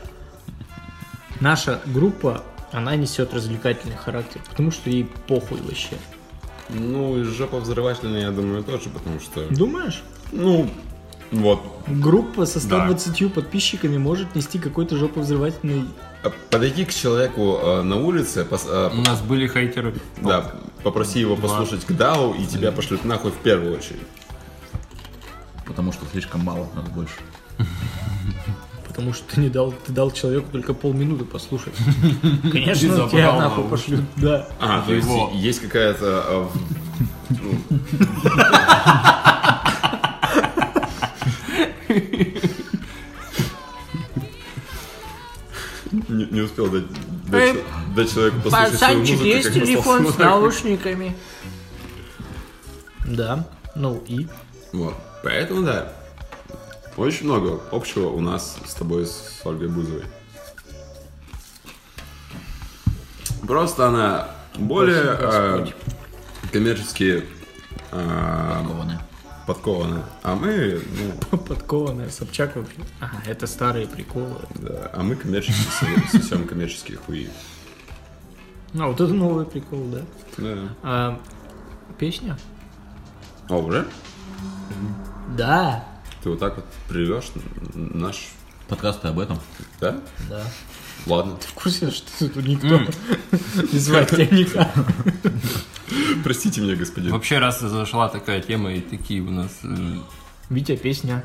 Speaker 1: Наша группа, она несет развлекательный характер, потому что ей похуй вообще.
Speaker 3: Ну, и жопа взрывательная, я думаю, тоже, потому что...
Speaker 1: Думаешь?
Speaker 3: Ну, вот.
Speaker 1: Группа со 120 подписчиками может нести какой-то жоповзрывательный...
Speaker 3: А Подойди к человеку э, на улице, пос- э,
Speaker 2: У нас были хейтеры.
Speaker 3: да, попроси его послушать кдау, и тебя пошлют нахуй в первую очередь.
Speaker 4: Потому что слишком мало, надо больше.
Speaker 1: Потому что ты не дал, ты дал человеку только полминуты послушать. Конечно, тебя
Speaker 2: забрал
Speaker 1: нахуй
Speaker 2: на
Speaker 1: пошлют, да.
Speaker 3: А, то есть
Speaker 2: его.
Speaker 3: есть какая-то... э, в- Не, не успел дать, дать
Speaker 1: Эй,
Speaker 3: чел- дать человеку послушать свою музыку, как послал свою.
Speaker 1: наушниками? Да, ну и?
Speaker 3: Вот. Поэтому да. Очень много общего у нас с тобой с Ольгой Бузовой. Просто она более э, коммерчески э,
Speaker 4: Кованы.
Speaker 3: подкована. А мы, ну,
Speaker 1: Подкованная Собчак вообще. А, это старые приколы.
Speaker 3: да, а мы коммерчески сосем- сосем коммерческие хуи.
Speaker 1: А, вот это новый прикол, да.
Speaker 3: Да.
Speaker 1: А, песня?
Speaker 3: О, А уже?
Speaker 1: Да.
Speaker 3: Ты вот так вот привешь наш,
Speaker 4: Подкасты об этом.
Speaker 3: да?
Speaker 1: Да.
Speaker 3: Ладно.
Speaker 1: В курсе, что тут никто не звать тебя никак.
Speaker 3: Простите меня, господин.
Speaker 2: Вообще, раз зашла такая тема, и такие у нас... э,
Speaker 1: Витя, песня.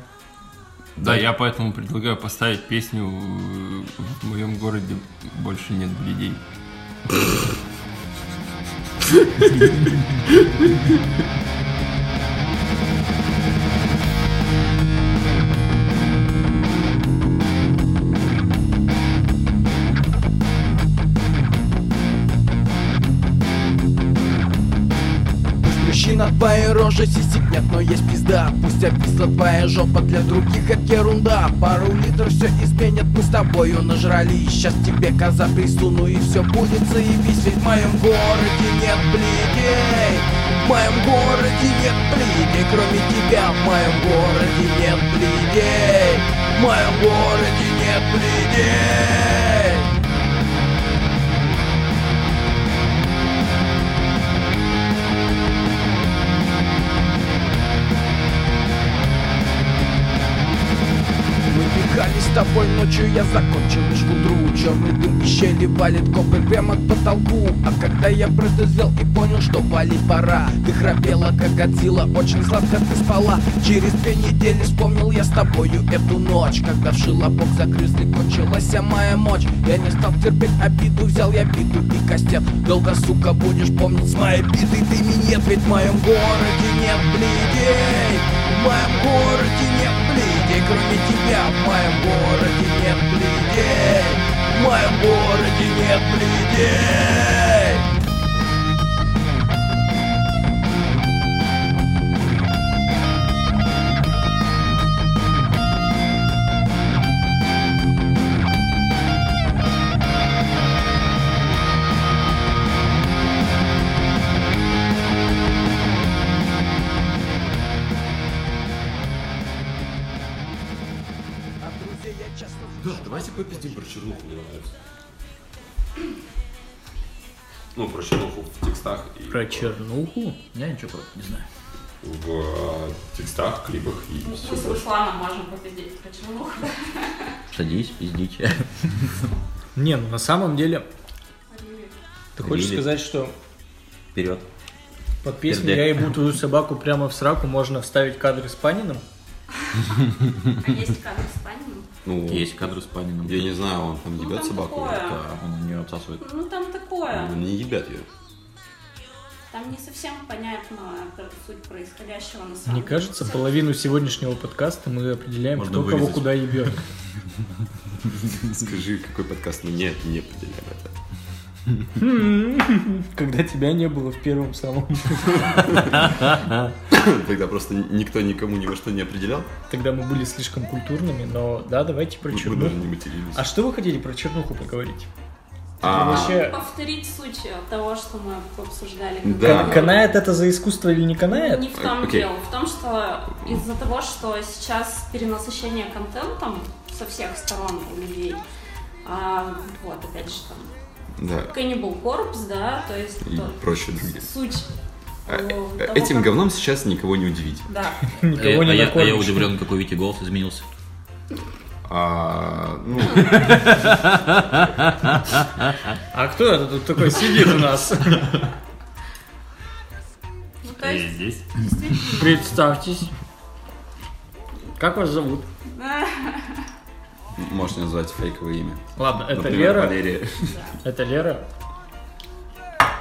Speaker 2: Да, я поэтому предлагаю поставить песню э, «В моем городе больше нет людей».
Speaker 9: Мужчина твоя рожа сисикнет, но есть пизда Пусть обвисла твоя жопа, для других это ерунда Пару литров все изменят, мы с тобою нажрались Сейчас тебе коза присуну и все будет заебись Ведь в моем городе нет бледей В моем городе нет бледей, кроме тебя В моем городе нет бледей В моем городе нет бледей Мы пихали с тобой ночью, я закончил лишь к утру Черный дым из щели валит копы прямо к потолку А когда я протрезвел и понял, что валить пора Ты храпела, как Годзилла, очень сладко ты спала Через две недели вспомнил я с тобою эту ночь Когда в шелобок закрысли, кончилась вся моя мочь Я не стал терпеть обиду, взял я биту и кастет Долго, сука, будешь помнить с моей битой ты минет Ведь в моем городе нет бледей В моем городе нет бледей Кроме тебя в моем городе нет бледей В моем городе нет бледей
Speaker 3: Давайте попиздим про чернуху, мне нравится. Ну, про чернуху в текстах и...
Speaker 1: Про чернуху?
Speaker 4: Я ничего про это не знаю.
Speaker 3: в э, текстах, клипах и
Speaker 8: Мы
Speaker 3: всё
Speaker 8: Ну, с
Speaker 3: прочее.
Speaker 8: Русланом можем попиздеть про челнух.
Speaker 4: Садись, пиздить.
Speaker 1: Не, ну на самом деле, ты хочешь
Speaker 4: Рили.
Speaker 1: сказать, что
Speaker 4: Вперед.
Speaker 1: под песню
Speaker 4: Пердек.
Speaker 1: «Я ебу твою собаку прямо в сраку» можно вставить кадры с Паниным?
Speaker 8: А Есть кадр с Паниным.
Speaker 3: Ну,
Speaker 4: Есть кадры с Панином.
Speaker 3: я не знаю, он там ебет
Speaker 8: Ну, там
Speaker 3: собаку?
Speaker 8: такое.
Speaker 4: Да, он у нее обсасывает.
Speaker 8: Ну там такое.
Speaker 3: Он не ебет ее.
Speaker 8: Там не совсем понятно про- суть происходящего на самом
Speaker 1: Мне кажется, половину сегодняшнего подкаста мы определяем,
Speaker 4: Можно
Speaker 1: кто
Speaker 4: вырезать.
Speaker 1: кого куда ебет.
Speaker 3: Скажи, какой подкаст мне не поделяем это.
Speaker 1: Когда тебя не было в первом самом.
Speaker 3: Тогда просто никто никому ни во что не определял.
Speaker 1: Тогда мы были слишком культурными, но да, давайте про
Speaker 3: Мы мы даже
Speaker 1: чернуху.
Speaker 3: не матерились.
Speaker 1: А что вы хотели про чернуху поговорить?
Speaker 3: А,
Speaker 1: Вообще,
Speaker 8: Повторить суть э, того, что мы обсуждали.
Speaker 3: Да.
Speaker 1: кан- канает это за искусство или не канает?
Speaker 8: Не в том
Speaker 3: Окей.
Speaker 8: дело. В том, что из-за того, что сейчас перенасыщение контентом со всех сторон у людей, а, вот опять же там
Speaker 3: Да.
Speaker 8: Cannibal Corpse, да, то есть
Speaker 3: И
Speaker 8: то-
Speaker 3: проще других.
Speaker 8: суть
Speaker 3: А,
Speaker 8: э,
Speaker 3: э,
Speaker 8: того,
Speaker 3: Этим
Speaker 8: как-
Speaker 3: говном сейчас никого не удивить.
Speaker 8: Да,
Speaker 4: А я,
Speaker 1: Никого
Speaker 4: а
Speaker 1: не
Speaker 4: я- а я
Speaker 1: накормишь.
Speaker 4: удивлен, какой Вити голос изменился.
Speaker 3: А, ну,
Speaker 1: А кто это тут такой сидит у нас?
Speaker 8: ну то есть
Speaker 2: здесь.
Speaker 8: действительно.
Speaker 1: Представьтесь. Как вас зовут?
Speaker 3: можете назвать фейковое имя.
Speaker 1: Ладно, это
Speaker 3: Например,
Speaker 1: Лера.
Speaker 3: Валерия.
Speaker 1: Это Лера.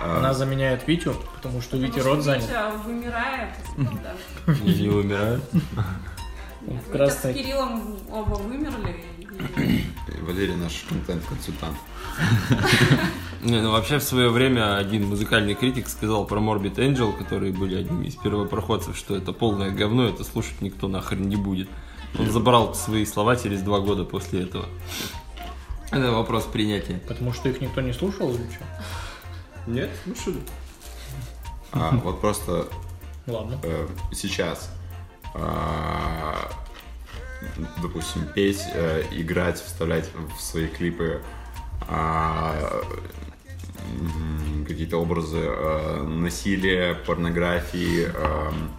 Speaker 3: А.
Speaker 1: Она заменяет Витю, потому что Вити
Speaker 8: Потому
Speaker 1: рот
Speaker 8: что а,
Speaker 1: занят.
Speaker 8: Витя вымирает. да.
Speaker 2: Или умирают.
Speaker 8: Нет, Витя с
Speaker 1: красной.
Speaker 8: Кириллом оба вымерли. и-
Speaker 3: Валерий наш контент-консультант.
Speaker 2: Не, ну вообще в свое время один музыкальный критик сказал про Morbid Angel, которые были одними из первопроходцев, что это полное говно, это слушать никто нахрен не будет. Он забрал свои слова через два года после этого. Это вопрос принятия.
Speaker 1: Потому что их никто не слушал или что?
Speaker 2: Нет? Ну что?
Speaker 3: А, вот просто
Speaker 1: Ладно.
Speaker 3: э, сейчас, а, допустим, петь, э, играть, вставлять в свои клипы а, м, какие-то образы э, насилия, порнографии, эм,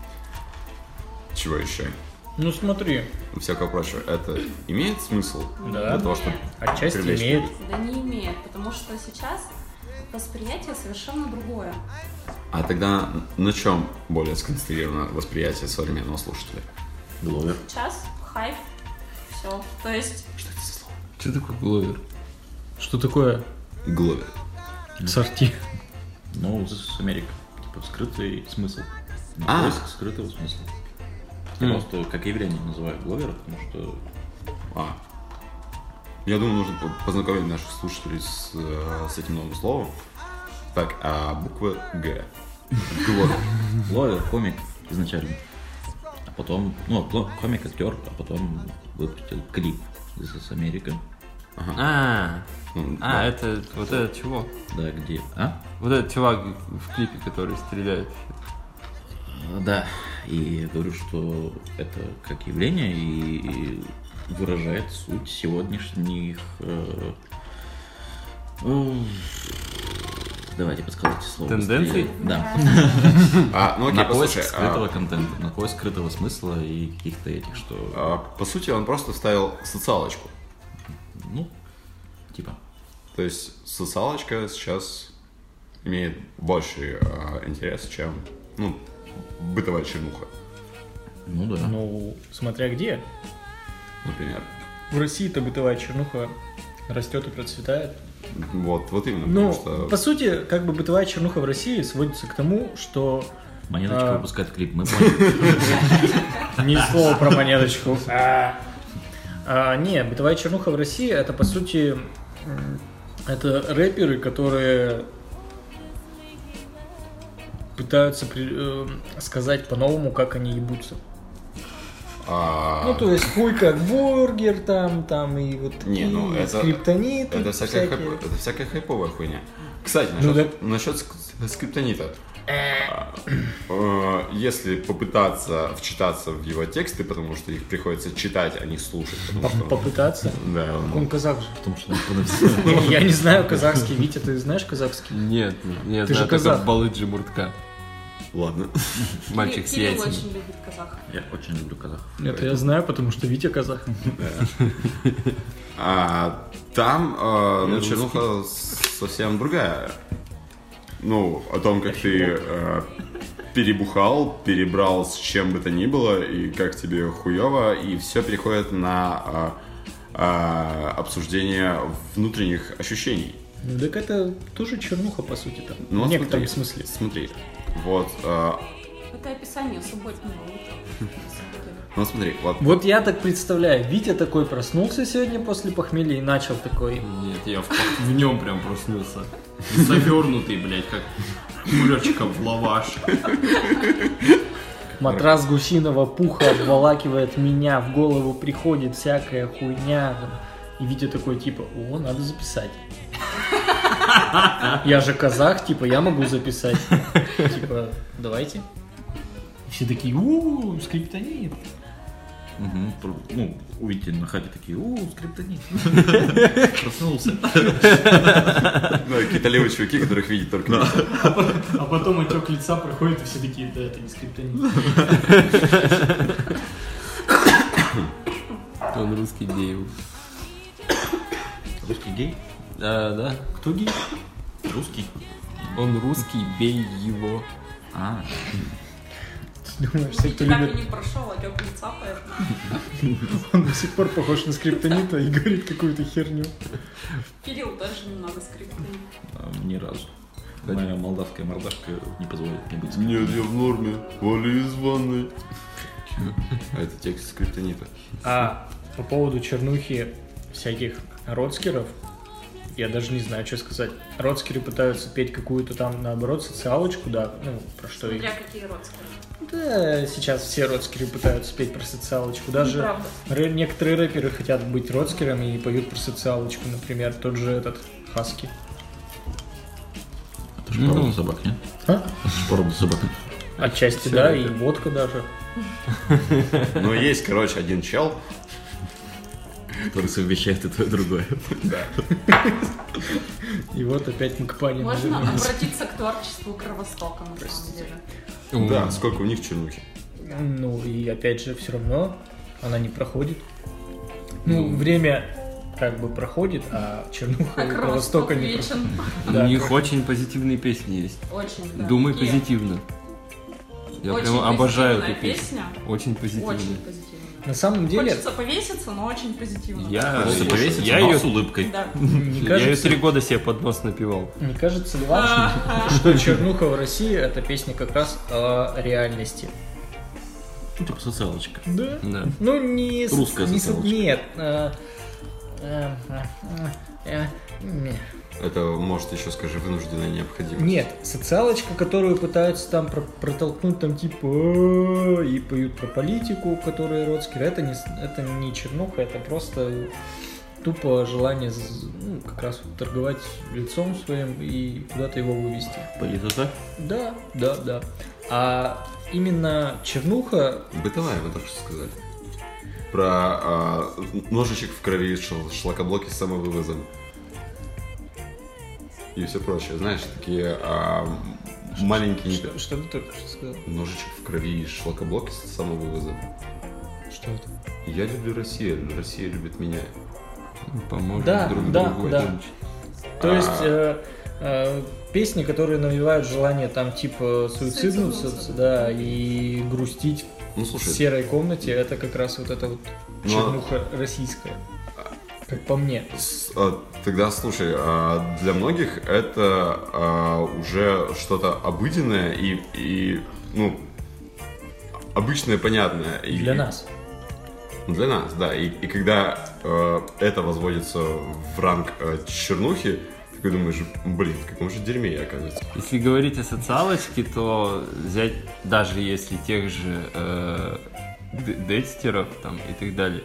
Speaker 3: чего еще,
Speaker 1: Ну смотри,
Speaker 3: всякого прочего. Это имеет смысл
Speaker 1: Да.
Speaker 3: для того, чтобы
Speaker 1: отчасти
Speaker 3: привлечь
Speaker 1: имеет.
Speaker 3: людей?
Speaker 8: Да не имеет, потому что сейчас восприятие совершенно другое.
Speaker 3: А тогда на чем более сконцентрировано восприятие современного слушателя?
Speaker 4: Гловер.
Speaker 8: Сейчас хайп, все. То есть
Speaker 2: Что такое Гловер?
Speaker 1: Что такое
Speaker 3: Гловер.
Speaker 1: сорти?
Speaker 4: Ну, с Америк. Типа скрытый смысл. Ну,
Speaker 3: А.
Speaker 4: Поиск скрытого смысла. Я
Speaker 2: М.
Speaker 4: Просто как явление называю Гловера, потому что
Speaker 3: А. Я думаю, нужно по- познакомить наших слушателей с, э, с этим новым словом. Так, а буква Г. Гловер.
Speaker 4: Гловер комик изначально. А потом, ну, Гло- комик, актер, а потом выпустил клип из Америка.
Speaker 2: А,
Speaker 3: Ну,
Speaker 2: а
Speaker 3: да.
Speaker 2: это вот этот чего?
Speaker 4: Да, где? А?
Speaker 2: Вот этот чувак в клипе, который стреляет.
Speaker 4: А, Да. И я говорю, что это как явление и выражает суть сегодняшних... э, э, Давайте подскажите слово.
Speaker 2: Тенденций?
Speaker 4: быстрее. Да.
Speaker 3: А, ну окей,
Speaker 4: на поиск
Speaker 3: послушай.
Speaker 4: скрытого
Speaker 3: а,
Speaker 4: контента, на поиск скрытого смысла и каких-то этих, что,
Speaker 3: а, по сути, он просто вставил социалочку.
Speaker 4: ну, типа,
Speaker 3: То есть социалочка сейчас имеет больше а, интерес, чем ну, бытовая чернуха,
Speaker 4: ну да.
Speaker 1: Ну, смотря где.
Speaker 3: например.
Speaker 1: В России-то бытовая чернуха растет и процветает.
Speaker 3: Вот, вот именно,
Speaker 1: Ну,
Speaker 3: потому
Speaker 1: по
Speaker 3: что
Speaker 1: сути, как бы бытовая чернуха в России сводится к тому, что
Speaker 4: Монеточка
Speaker 1: А.
Speaker 4: выпускает клип, мы поняли.
Speaker 1: Ни слова про монеточку. А, не, бытовая чернуха в России это по сути м, это рэперы, которые пытаются при- э, сказать по-новому, как они ебутся.
Speaker 3: а,
Speaker 1: Ну, то есть, хуй как бургер там, там, и вот
Speaker 3: Не,
Speaker 1: и
Speaker 3: ну, это-
Speaker 1: скриптонит.
Speaker 3: это
Speaker 1: и
Speaker 3: всякая,
Speaker 1: всякие.
Speaker 3: хайп- это всякая хайповая хуйня. Кстати,
Speaker 1: Ну
Speaker 3: насчет, насчет ск- скриптонита. А, э, Если попытаться вчитаться в его тексты, потому что их приходится читать, а не слушать, потому
Speaker 1: Поп-
Speaker 3: что...
Speaker 1: Попытаться.
Speaker 3: Да,
Speaker 1: Он
Speaker 3: он-
Speaker 1: казах же.
Speaker 4: Потому что там понаписано.
Speaker 1: Я не знаю казахский. Витя, ты знаешь казахский?
Speaker 2: Нет, нет,
Speaker 1: Ты же
Speaker 2: это
Speaker 1: казах.
Speaker 2: Балыджи Муртка.
Speaker 3: Ладно.
Speaker 2: Мальчик с
Speaker 8: Кирилл
Speaker 2: яйцами.
Speaker 8: очень любит казахов.
Speaker 4: Я очень люблю казахов.
Speaker 1: Это я знаю, потому что Витя казах.
Speaker 3: А там э, ну, чернуха совсем другая. Ну, о том, как ты э, перебухал, перебрал с чем бы то ни было, и как тебе хуево, и все переходит на э, э, обсуждение внутренних ощущений.
Speaker 1: Ну так это тоже чернуха, по сути, там.
Speaker 3: Ну,
Speaker 1: в
Speaker 3: вот
Speaker 1: некотором
Speaker 3: смотри,
Speaker 1: смысле.
Speaker 3: Смотри, вот, э,
Speaker 8: Это описание субботнего утра. Субботнего.
Speaker 3: ну смотри, вот,
Speaker 1: Вот я так представляю, Витя такой проснулся сегодня после похмелья и начал такой...
Speaker 2: Нет, я в, в нем прям проснулся. Завернутый, блядь, как курочка в лаваш.
Speaker 1: Матрас гусиного пуха обволакивает меня, в голову приходит всякая хуйня. там. И Витя такой, типа, о, надо записать. Я же казах, типа, я могу записать. Типа, давайте. И Все такие, у скриптонит.
Speaker 4: Мгм. Пр- Ну, увидите на хате такие, у, скриптонит. Проснулся.
Speaker 3: ну, какие-то левые чуваки, которых видит только Миша.
Speaker 1: А потом отек лица проходит, и все такие, да, это не скриптонит.
Speaker 2: Он русский гей.
Speaker 4: Русский гей?
Speaker 2: Да, да. Кто гей?
Speaker 4: Русский?
Speaker 2: Он русский, бей его.
Speaker 4: А,
Speaker 1: Думаешь, все, кто
Speaker 8: Никак
Speaker 1: любит,
Speaker 8: и не а прошел отек лица, поэтому
Speaker 1: он до сих пор похож на скриптонита и говорит какую-то херню.
Speaker 8: Кирилл даже немного скриптонит.
Speaker 4: а, ни разу. Моя молдавская мордашка не позволит мне быть.
Speaker 3: Нет, я в норме, вали из ванной. А это текст скриптонита.
Speaker 1: А по поводу чернухи всяких родскеров, я даже не знаю, что сказать. Родскеры пытаются петь какую-то там, наоборот, социалочку, да, ну, про что и...
Speaker 8: Смотря какие родственники.
Speaker 1: Да, сейчас все родскеры пытаются петь про социалочку. Даже
Speaker 8: Правда.
Speaker 1: рэ- некоторые рэперы хотят быть родскерами и поют про социалочку, например, тот же этот Хаски.
Speaker 4: Это же
Speaker 3: Ну.
Speaker 4: порода собак, нет?
Speaker 1: А?
Speaker 4: Это же порода собак.
Speaker 1: Отчасти, да, и водка даже.
Speaker 3: Но есть, короче, один чел,
Speaker 4: Который совмещает и то, и другое.
Speaker 1: И вот опять мы к пане.
Speaker 8: Можно
Speaker 1: наверное.
Speaker 8: обратиться к творчеству Кровостока, на самом деле.
Speaker 3: Да, сколько у них чернухи?
Speaker 1: Ну и опять же, все равно она не проходит. Ну, время как бы проходит, а чернуха
Speaker 8: А
Speaker 1: и
Speaker 8: Кровосток
Speaker 1: Востока не проходит.
Speaker 8: вечен.
Speaker 1: Да,
Speaker 2: У них очень позитивные песни есть.
Speaker 8: Очень, да.
Speaker 2: Думай
Speaker 8: Такие
Speaker 2: позитивно. Я
Speaker 8: очень
Speaker 2: прям обожаю
Speaker 8: позитивная
Speaker 2: эту песню.
Speaker 8: песня.
Speaker 2: Очень
Speaker 8: Очень
Speaker 2: позитивно.
Speaker 8: позитивно.
Speaker 1: На самом деле,
Speaker 8: Хочется повеситься, но очень позитивно.
Speaker 2: Я,
Speaker 4: Просто повесится,
Speaker 2: я
Speaker 4: но
Speaker 2: ее
Speaker 4: с улыбкой.
Speaker 8: Да.
Speaker 1: не
Speaker 2: я ее
Speaker 1: кажется,
Speaker 2: три года себе под нос напевал.
Speaker 1: не кажется ли вам, что чернуха в России это песня как раз о реальности?
Speaker 4: Ну, типа социалочка.
Speaker 1: Да.
Speaker 2: Да.
Speaker 1: Ну, не... с-
Speaker 4: Русская
Speaker 1: не с-
Speaker 4: социалочка.
Speaker 1: Нет. э, э, э, э,
Speaker 3: Это, может, еще скажи, вынужденная необходимость.
Speaker 1: Нет, социалочка, которую пытаются там про- протолкнуть, там типа «Э-э-э», и поют про политику, которые родские, это не, с- это не чернуха, это просто тупо желание з- ну, как раз вот торговать лицом своим и куда-то его вывести.
Speaker 4: Политота?
Speaker 1: Да, да, да. А именно чернуха,
Speaker 3: Бытовая, вы только что сказали. Про а, ножичек в крови, шел, шлакоблоки с самовывозом. И все прочее. Знаешь, такие а, маленькие...
Speaker 1: что, что ты только что сказал?
Speaker 3: Ножичек в крови, шлакоблоки с самовывозом.
Speaker 1: Что это?
Speaker 3: Я люблю Россию, Россия любит меня.
Speaker 2: Поможем
Speaker 1: Да,
Speaker 2: друг
Speaker 1: да,
Speaker 2: другу.
Speaker 1: да.
Speaker 2: Это
Speaker 1: То есть э, э, песни, которые навевают желание там типа суициднуться,
Speaker 8: Суициднуться.
Speaker 1: да, и грустить
Speaker 3: Ну,
Speaker 1: в
Speaker 3: слушай,
Speaker 1: серой комнате это как раз вот эта вот
Speaker 3: Ну,
Speaker 1: чернуха российская. Как по мне.
Speaker 3: С- а, Тогда слушай, а, для многих это а, уже что-то обыденное и, и, ну обычное, понятное. И-
Speaker 1: Для нас.
Speaker 3: Для нас, да. И, и когда э, это возводится в ранг э, чернухи, ты такой думаешь, блин, в каком же дерьме я оказывается.
Speaker 2: Если говорить о социалочке, то взять даже если тех же э, д- дедстеров там и так далее,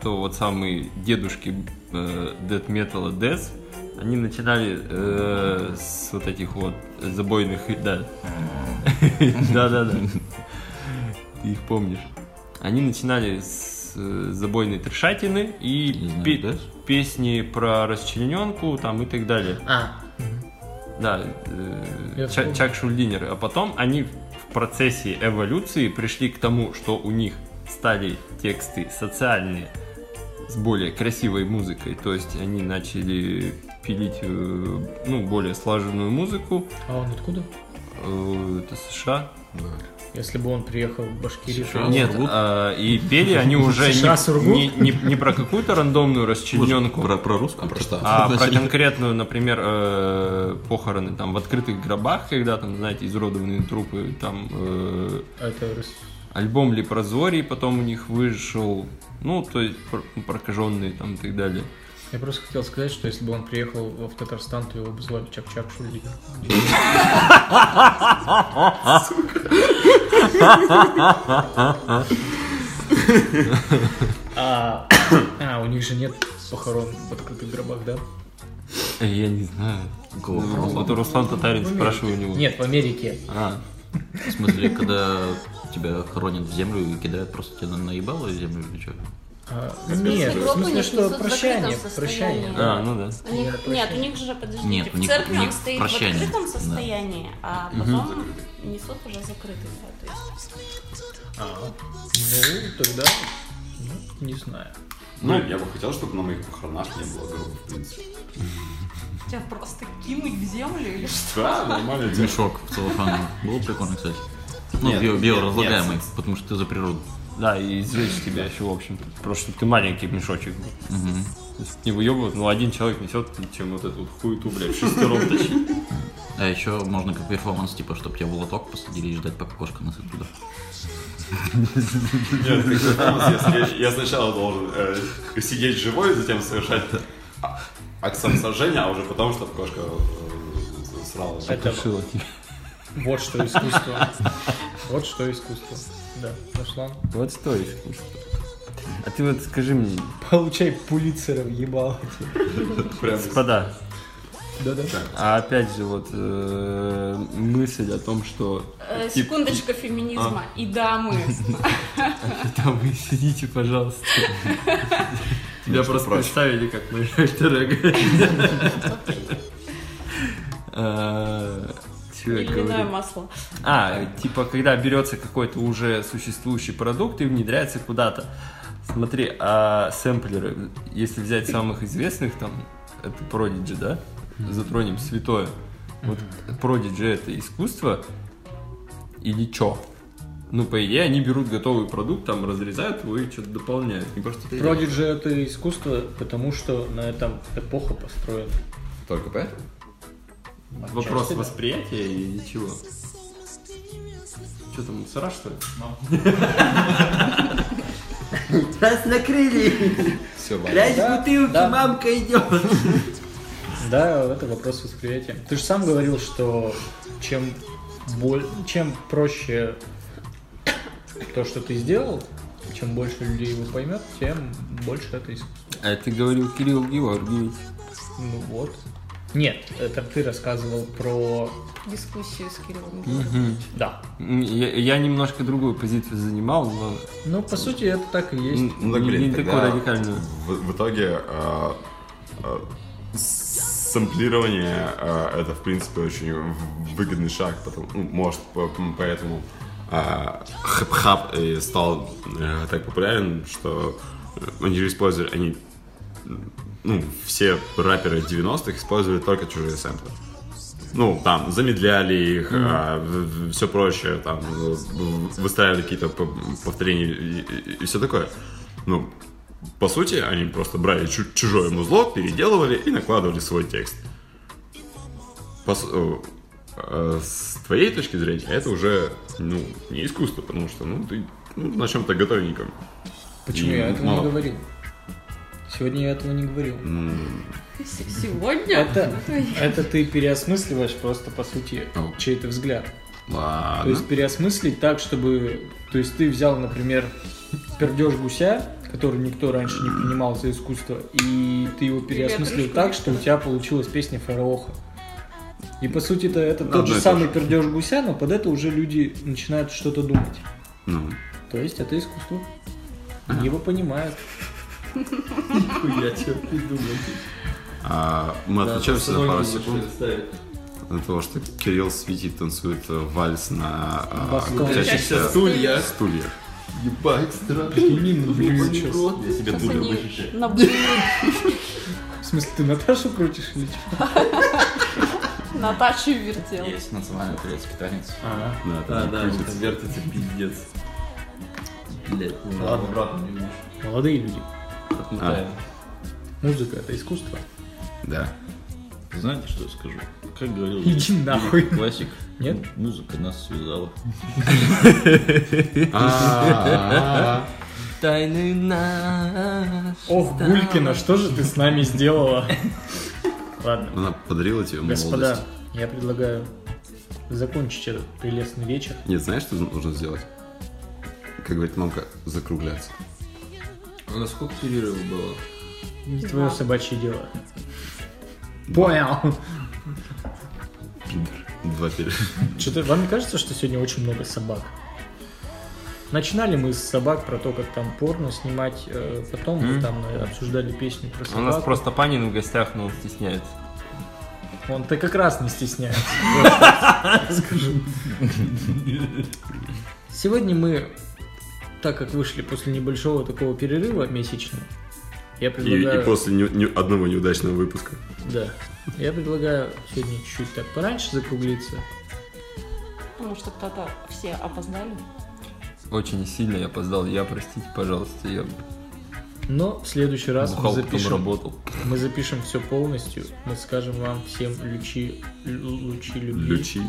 Speaker 2: то вот самые дедушки э, дед металла Дэс, они начинали э, с вот этих вот забойных, да. Да-да-да. Ты их помнишь. Они начинали с э, забойной трешатины и
Speaker 4: Не знаю,
Speaker 2: пе-
Speaker 4: Дэс?
Speaker 2: песни про расчлененку там и так далее.
Speaker 1: А.
Speaker 2: Да,
Speaker 1: Я
Speaker 2: э, Ча-
Speaker 1: вспомнил.
Speaker 2: Чак Шульдинер. А потом они в процессе эволюции пришли к тому, что у них стали тексты социальные с более красивой музыкой. То есть они начали пилить э, ну, более слаженную музыку.
Speaker 1: А он откуда?
Speaker 2: Э, Это США.
Speaker 1: Если бы он приехал в Башкирию. то-
Speaker 2: Нет, а, и пели они уже
Speaker 1: США, Сургут?
Speaker 2: не, не- не- не про какую-то рандомную расчлененку,
Speaker 4: Про, про русскую? просто.
Speaker 2: А про конкретную, например, э, похороны там в открытых гробах, когда там, знаете, изуродованные трупы, там э,
Speaker 1: А это рас-
Speaker 2: альбом Лепрозорий потом у них вышел, ну, то есть пр- прокаженные там и так далее.
Speaker 1: Я просто хотел сказать, что если бы он приехал в Татарстан, то его бы звали Чак-Чак Шульдик. А, а, у них же нет похорон в открытых гробах, да?
Speaker 2: Э, Я не знаю. Ну,
Speaker 3: Ну.
Speaker 2: Вот Руслан Татарин спрашиваю у него.
Speaker 1: Ну, Нет, в Америке.
Speaker 2: А,
Speaker 4: В смысле, когда тебя хоронят в землю и кидают просто тебя на наебало в землю или что?
Speaker 1: А, нет, в
Speaker 8: гробы
Speaker 1: смысле,
Speaker 8: не
Speaker 1: что
Speaker 8: несут в
Speaker 1: прощание,
Speaker 8: закрытом состоянии.
Speaker 1: прощание.
Speaker 2: а, ну да.
Speaker 8: У них- нет, у них же, подождите,
Speaker 4: Нет, у
Speaker 8: в
Speaker 4: них-
Speaker 8: церкви
Speaker 4: у
Speaker 8: он
Speaker 4: них
Speaker 8: стоит
Speaker 4: прощание,
Speaker 8: в открытом
Speaker 4: да.
Speaker 8: состоянии, а потом несут уже закрытый. Да, то есть
Speaker 1: А, ну, тогда, ну, не знаю.
Speaker 3: Ну, я бы хотел, чтобы на моих похоронах не было гроба, в принципе.
Speaker 8: тебя просто кинуть в землю или что?
Speaker 3: Да, нормально.
Speaker 4: Мешок в целлофане. Было прикольно, кстати. Ну,
Speaker 2: Нет,
Speaker 4: био-
Speaker 2: нет,
Speaker 4: биоразлагаемый, потому что ты за природу.
Speaker 2: Да, и извлечь тебя еще, в общем-то. Просто ты маленький мешочек. был. То есть Не выебывают, но один человек несет, чем вот эту вот хуету, блядь, шестером тащить.
Speaker 4: А еще можно как перформанс, типа, чтобы тебя в лоток посадили и ждать, пока кошка нас оттуда.
Speaker 3: Нет, ты же понял, если я сначала должен э, сидеть живой, затем совершать а- акт самосожжения, а уже потом, чтобы кошка э, срала.
Speaker 1: Это вот что искусство. Вот что искусство. Да, Руслан.
Speaker 2: Вот что искусство. А ты вот скажи мне,
Speaker 1: Получай пулицеров, ебало.
Speaker 3: Прям
Speaker 2: господа,
Speaker 1: Да-да.
Speaker 2: а опять же вот э, мысль о том, что
Speaker 8: Э,
Speaker 2: тип-
Speaker 8: секундочка феминизма. И да, мы.
Speaker 2: Да вы сидите, пожалуйста. Тебя просто представили как Э, чё я
Speaker 8: Льняное
Speaker 2: говорю?
Speaker 8: масло.
Speaker 2: А, типа, когда берется какой-то уже существующий продукт и внедряется куда-то. Смотри, а сэмплеры, если взять самых известных, там, это Prodigy, да? Затронем святое. Вот Prodigy это искусство или чё? Ну, по идее, они берут готовый продукт, там, разрезают его и что-то дополняют. Не просто
Speaker 1: Продиджи это искусство, потому что на этом эпоха построена.
Speaker 3: Только поэтому?
Speaker 2: Вопрос восприятия или чего? Что там, сыра, что ли? Нас накрыли!
Speaker 3: Все,
Speaker 2: бутылки, мамка идет!
Speaker 1: Да, это вопрос восприятия. Ты же сам говорил, что чем боль, чем проще то, что ты сделал, чем больше людей его поймет, тем больше это искусство.
Speaker 2: А ты говорил Кирилл Георгиевич.
Speaker 1: Ну вот. Нет, это ты рассказывал про...
Speaker 8: Дискуссию с Кириллом.
Speaker 1: Да.
Speaker 2: М, Я, я немножко другую позицию занимал, но
Speaker 1: Ну, по сути, это так и есть.
Speaker 2: м,
Speaker 3: Ну так,
Speaker 2: не-
Speaker 3: блин,
Speaker 2: не
Speaker 3: тогда-
Speaker 2: такую радикальную.
Speaker 3: В, в итоге э, э, с- сэмплирование э, это в принципе очень в- выгодный шаг, потому, ну, может по- поэтому э, хэп-хап и стал э, так популярен, что они же используют, они ну, все рэперы 90-х использовали только чужие сэмплы. Ну, там, замедляли их, а, все прочее, там, э, в- выстраивали какие-то по- повторения и, все такое. Ну, по сути, они просто брали чу- чужое музло, переделывали и накладывали свой текст. По с- э, э, с твоей точки зрения, это уже, ну, не искусство, потому что, ну, ты ну, на чем-то готовеньком.
Speaker 1: Почему
Speaker 3: И
Speaker 1: я этого не
Speaker 3: мало.
Speaker 1: говорил? Сегодня я этого не говорил.
Speaker 8: С- Сегодня?
Speaker 1: Это, это ты переосмысливаешь просто, по сути,
Speaker 3: Ау.
Speaker 1: чей-то взгляд.
Speaker 3: Ладно.
Speaker 1: То есть переосмыслить так, чтобы... То есть ты взял, например, пердеж гуся, который никто раньше не принимал за искусство, и ты его переосмыслил
Speaker 8: отрыжку
Speaker 1: так,
Speaker 8: Виктора.
Speaker 1: что у тебя получилась песня Фараоха. И по сути-то это
Speaker 3: Ну,
Speaker 1: тот
Speaker 3: одно
Speaker 1: же
Speaker 3: и то
Speaker 1: самый
Speaker 3: же.
Speaker 1: пердеж гуся, но под это уже люди начинают что-то думать.
Speaker 3: Ну.
Speaker 1: То есть это искусство. Его понимают.
Speaker 2: Хуя, чё придумал.
Speaker 3: А, мы отключаемся на пару секунд. на того, что Кирилл Свити танцует э, вальс на э,
Speaker 1: Бастон.
Speaker 3: крутящихся
Speaker 2: Стулья.
Speaker 3: стульях.
Speaker 2: Ебать, страшно. Я себе
Speaker 8: Сейчас
Speaker 2: дулю
Speaker 8: они
Speaker 2: вышищу.
Speaker 8: набудут
Speaker 1: В смысле, ты Наташу крутишь или что?
Speaker 8: Наташу вертел.
Speaker 4: Есть национальный турецкий танец.
Speaker 2: А,
Speaker 3: Да,
Speaker 2: да,
Speaker 3: там
Speaker 2: да, он там вертится пиздец. Блять, ладно, обратно не видишь.
Speaker 1: Молодые люди.
Speaker 2: Отмотаем.
Speaker 1: Музыка это искусство.
Speaker 3: Да.
Speaker 4: Знаете, что я скажу? Как говорил
Speaker 1: Иди нахуй.
Speaker 4: классик,
Speaker 1: Нет?
Speaker 4: музыка нас связала.
Speaker 3: А-а-а.
Speaker 2: Тайны наш.
Speaker 1: Ох, Гулькина, что же ты с нами сделала? Ладно.
Speaker 3: Она подарила тебе
Speaker 1: Господа,
Speaker 3: молодость.
Speaker 1: я предлагаю закончить этот прелестный вечер.
Speaker 3: Нет, знаешь, что нужно сделать? Как говорит мамка, закругляться.
Speaker 2: У нас сколько перерывов было?
Speaker 1: Не твое собачье дело. Понял.
Speaker 3: Два перерыва.
Speaker 1: Что-то вам не кажется, что сегодня очень много собак? Начинали мы с собак про то, как там порно снимать, э, потом мы там э, обсуждали песню про
Speaker 2: У нас
Speaker 1: собак.
Speaker 2: просто Панин в гостях, но он стесняется.
Speaker 1: Он ты как раз не стесняется. Скажу. Сегодня мы, так как вышли после небольшого такого перерыва месячного, я
Speaker 3: И, и
Speaker 1: предлагаю...
Speaker 3: после не- не- одного неудачного выпуска.
Speaker 1: Да. Я предлагаю сегодня чуть-чуть так пораньше закруглиться.
Speaker 8: Потому что кто-то все опоздали.
Speaker 2: Очень сильно я опоздал. Я, простите, пожалуйста, я
Speaker 1: Но в следующий раз мы
Speaker 2: бухал, потом
Speaker 1: запишем,
Speaker 2: работал.
Speaker 1: мы запишем все полностью. Мы скажем вам всем лючи, лю- лучи любви.
Speaker 3: Лючи.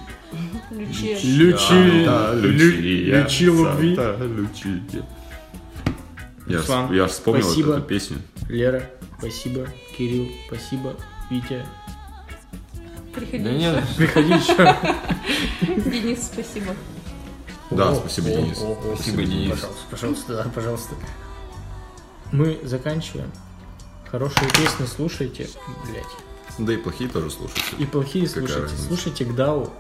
Speaker 8: Ключи.
Speaker 1: Лючи.
Speaker 3: Да,
Speaker 1: Лю- лючи любви.
Speaker 3: Да, лючи. Я,
Speaker 1: Руслан,
Speaker 3: вс- я вспомнил
Speaker 1: спасибо.
Speaker 3: эту песню.
Speaker 1: Лера, спасибо. Кирилл, спасибо. Витя,
Speaker 2: Да
Speaker 8: Приходи.
Speaker 2: нет,
Speaker 1: приходи еще.
Speaker 8: Денис, спасибо.
Speaker 3: Да,
Speaker 1: О,
Speaker 3: спасибо,
Speaker 1: о,
Speaker 3: Денис.
Speaker 1: о, о,
Speaker 2: спасибо, Денис.
Speaker 1: Пожалуйста, пожалуйста, да, пожалуйста. Мы заканчиваем. Хорошие песни слушайте, блядь.
Speaker 3: Да и плохие тоже слушаются.
Speaker 1: И плохие
Speaker 3: Какая
Speaker 1: слушайте.
Speaker 3: разница?
Speaker 1: Слушайте Гдау,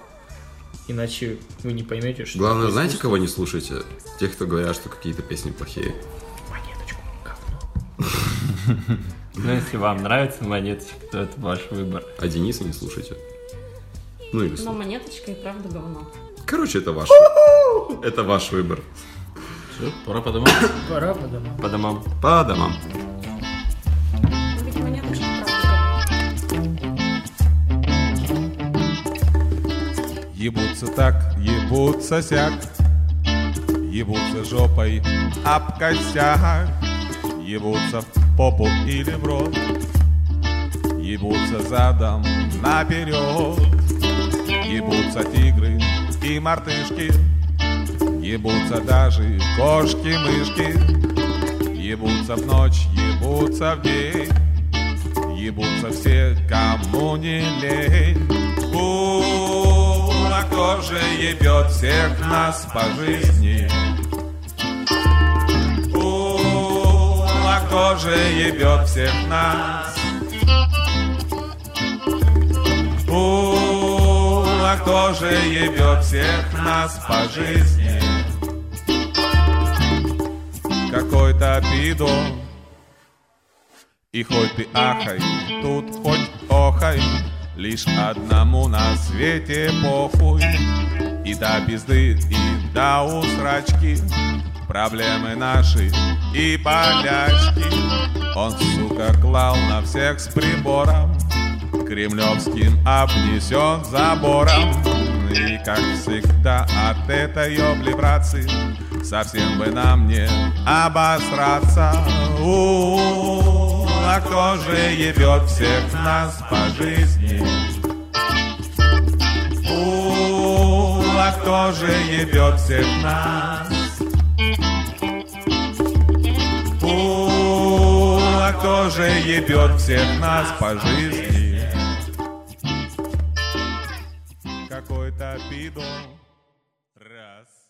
Speaker 1: иначе вы не поймете, что...
Speaker 3: Главное,
Speaker 1: такое
Speaker 3: знаете,
Speaker 1: искусство.
Speaker 3: кого не слушайте? Тех, кто говорят, что какие-то песни плохие.
Speaker 1: Монеточку, говно.
Speaker 2: Ну, если вам нравится монеточка, то это ваш выбор.
Speaker 3: А Дениса не слушайте. Ну или
Speaker 8: Но
Speaker 3: слушайте.
Speaker 8: монеточка и правда говно.
Speaker 3: Короче, это ваш выбор. Это ваш выбор.
Speaker 4: Все, пора по домам.
Speaker 1: Пора по домам.
Speaker 2: По домам.
Speaker 3: По домам.
Speaker 8: Ну, ведь монеточка и правда говно.
Speaker 5: Ебутся так, ебутся сяк, ебутся жопой об косяк, ебутся в попу или в рот, ебутся задом наперед, ебутся тигры и мартышки, ебутся даже кошки-мышки, ебутся в ночь, ебутся в день. Ебутся все, кому не лень Фу, а кто же ебет всех нас по жизни? Фу, а кто же ебет всех нас? Фу, а кто же ебет всех нас по жизни? Какой-то бидон и хоть ты ахай, тут хоть охай, Лишь одному на свете похуй. И до пизды, и до усрачки, Проблемы наши и болячки. Он, сука, клал на всех с прибором, Кремлевским обнесен забором. И, как всегда, от этой облибрации Совсем бы нам не обосраться. У, а кто же ебет всех нас по жизни? У, а кто же ебет всех нас? У, а кто же ебет всех нас по жизни? Какой-то бидон. Раз.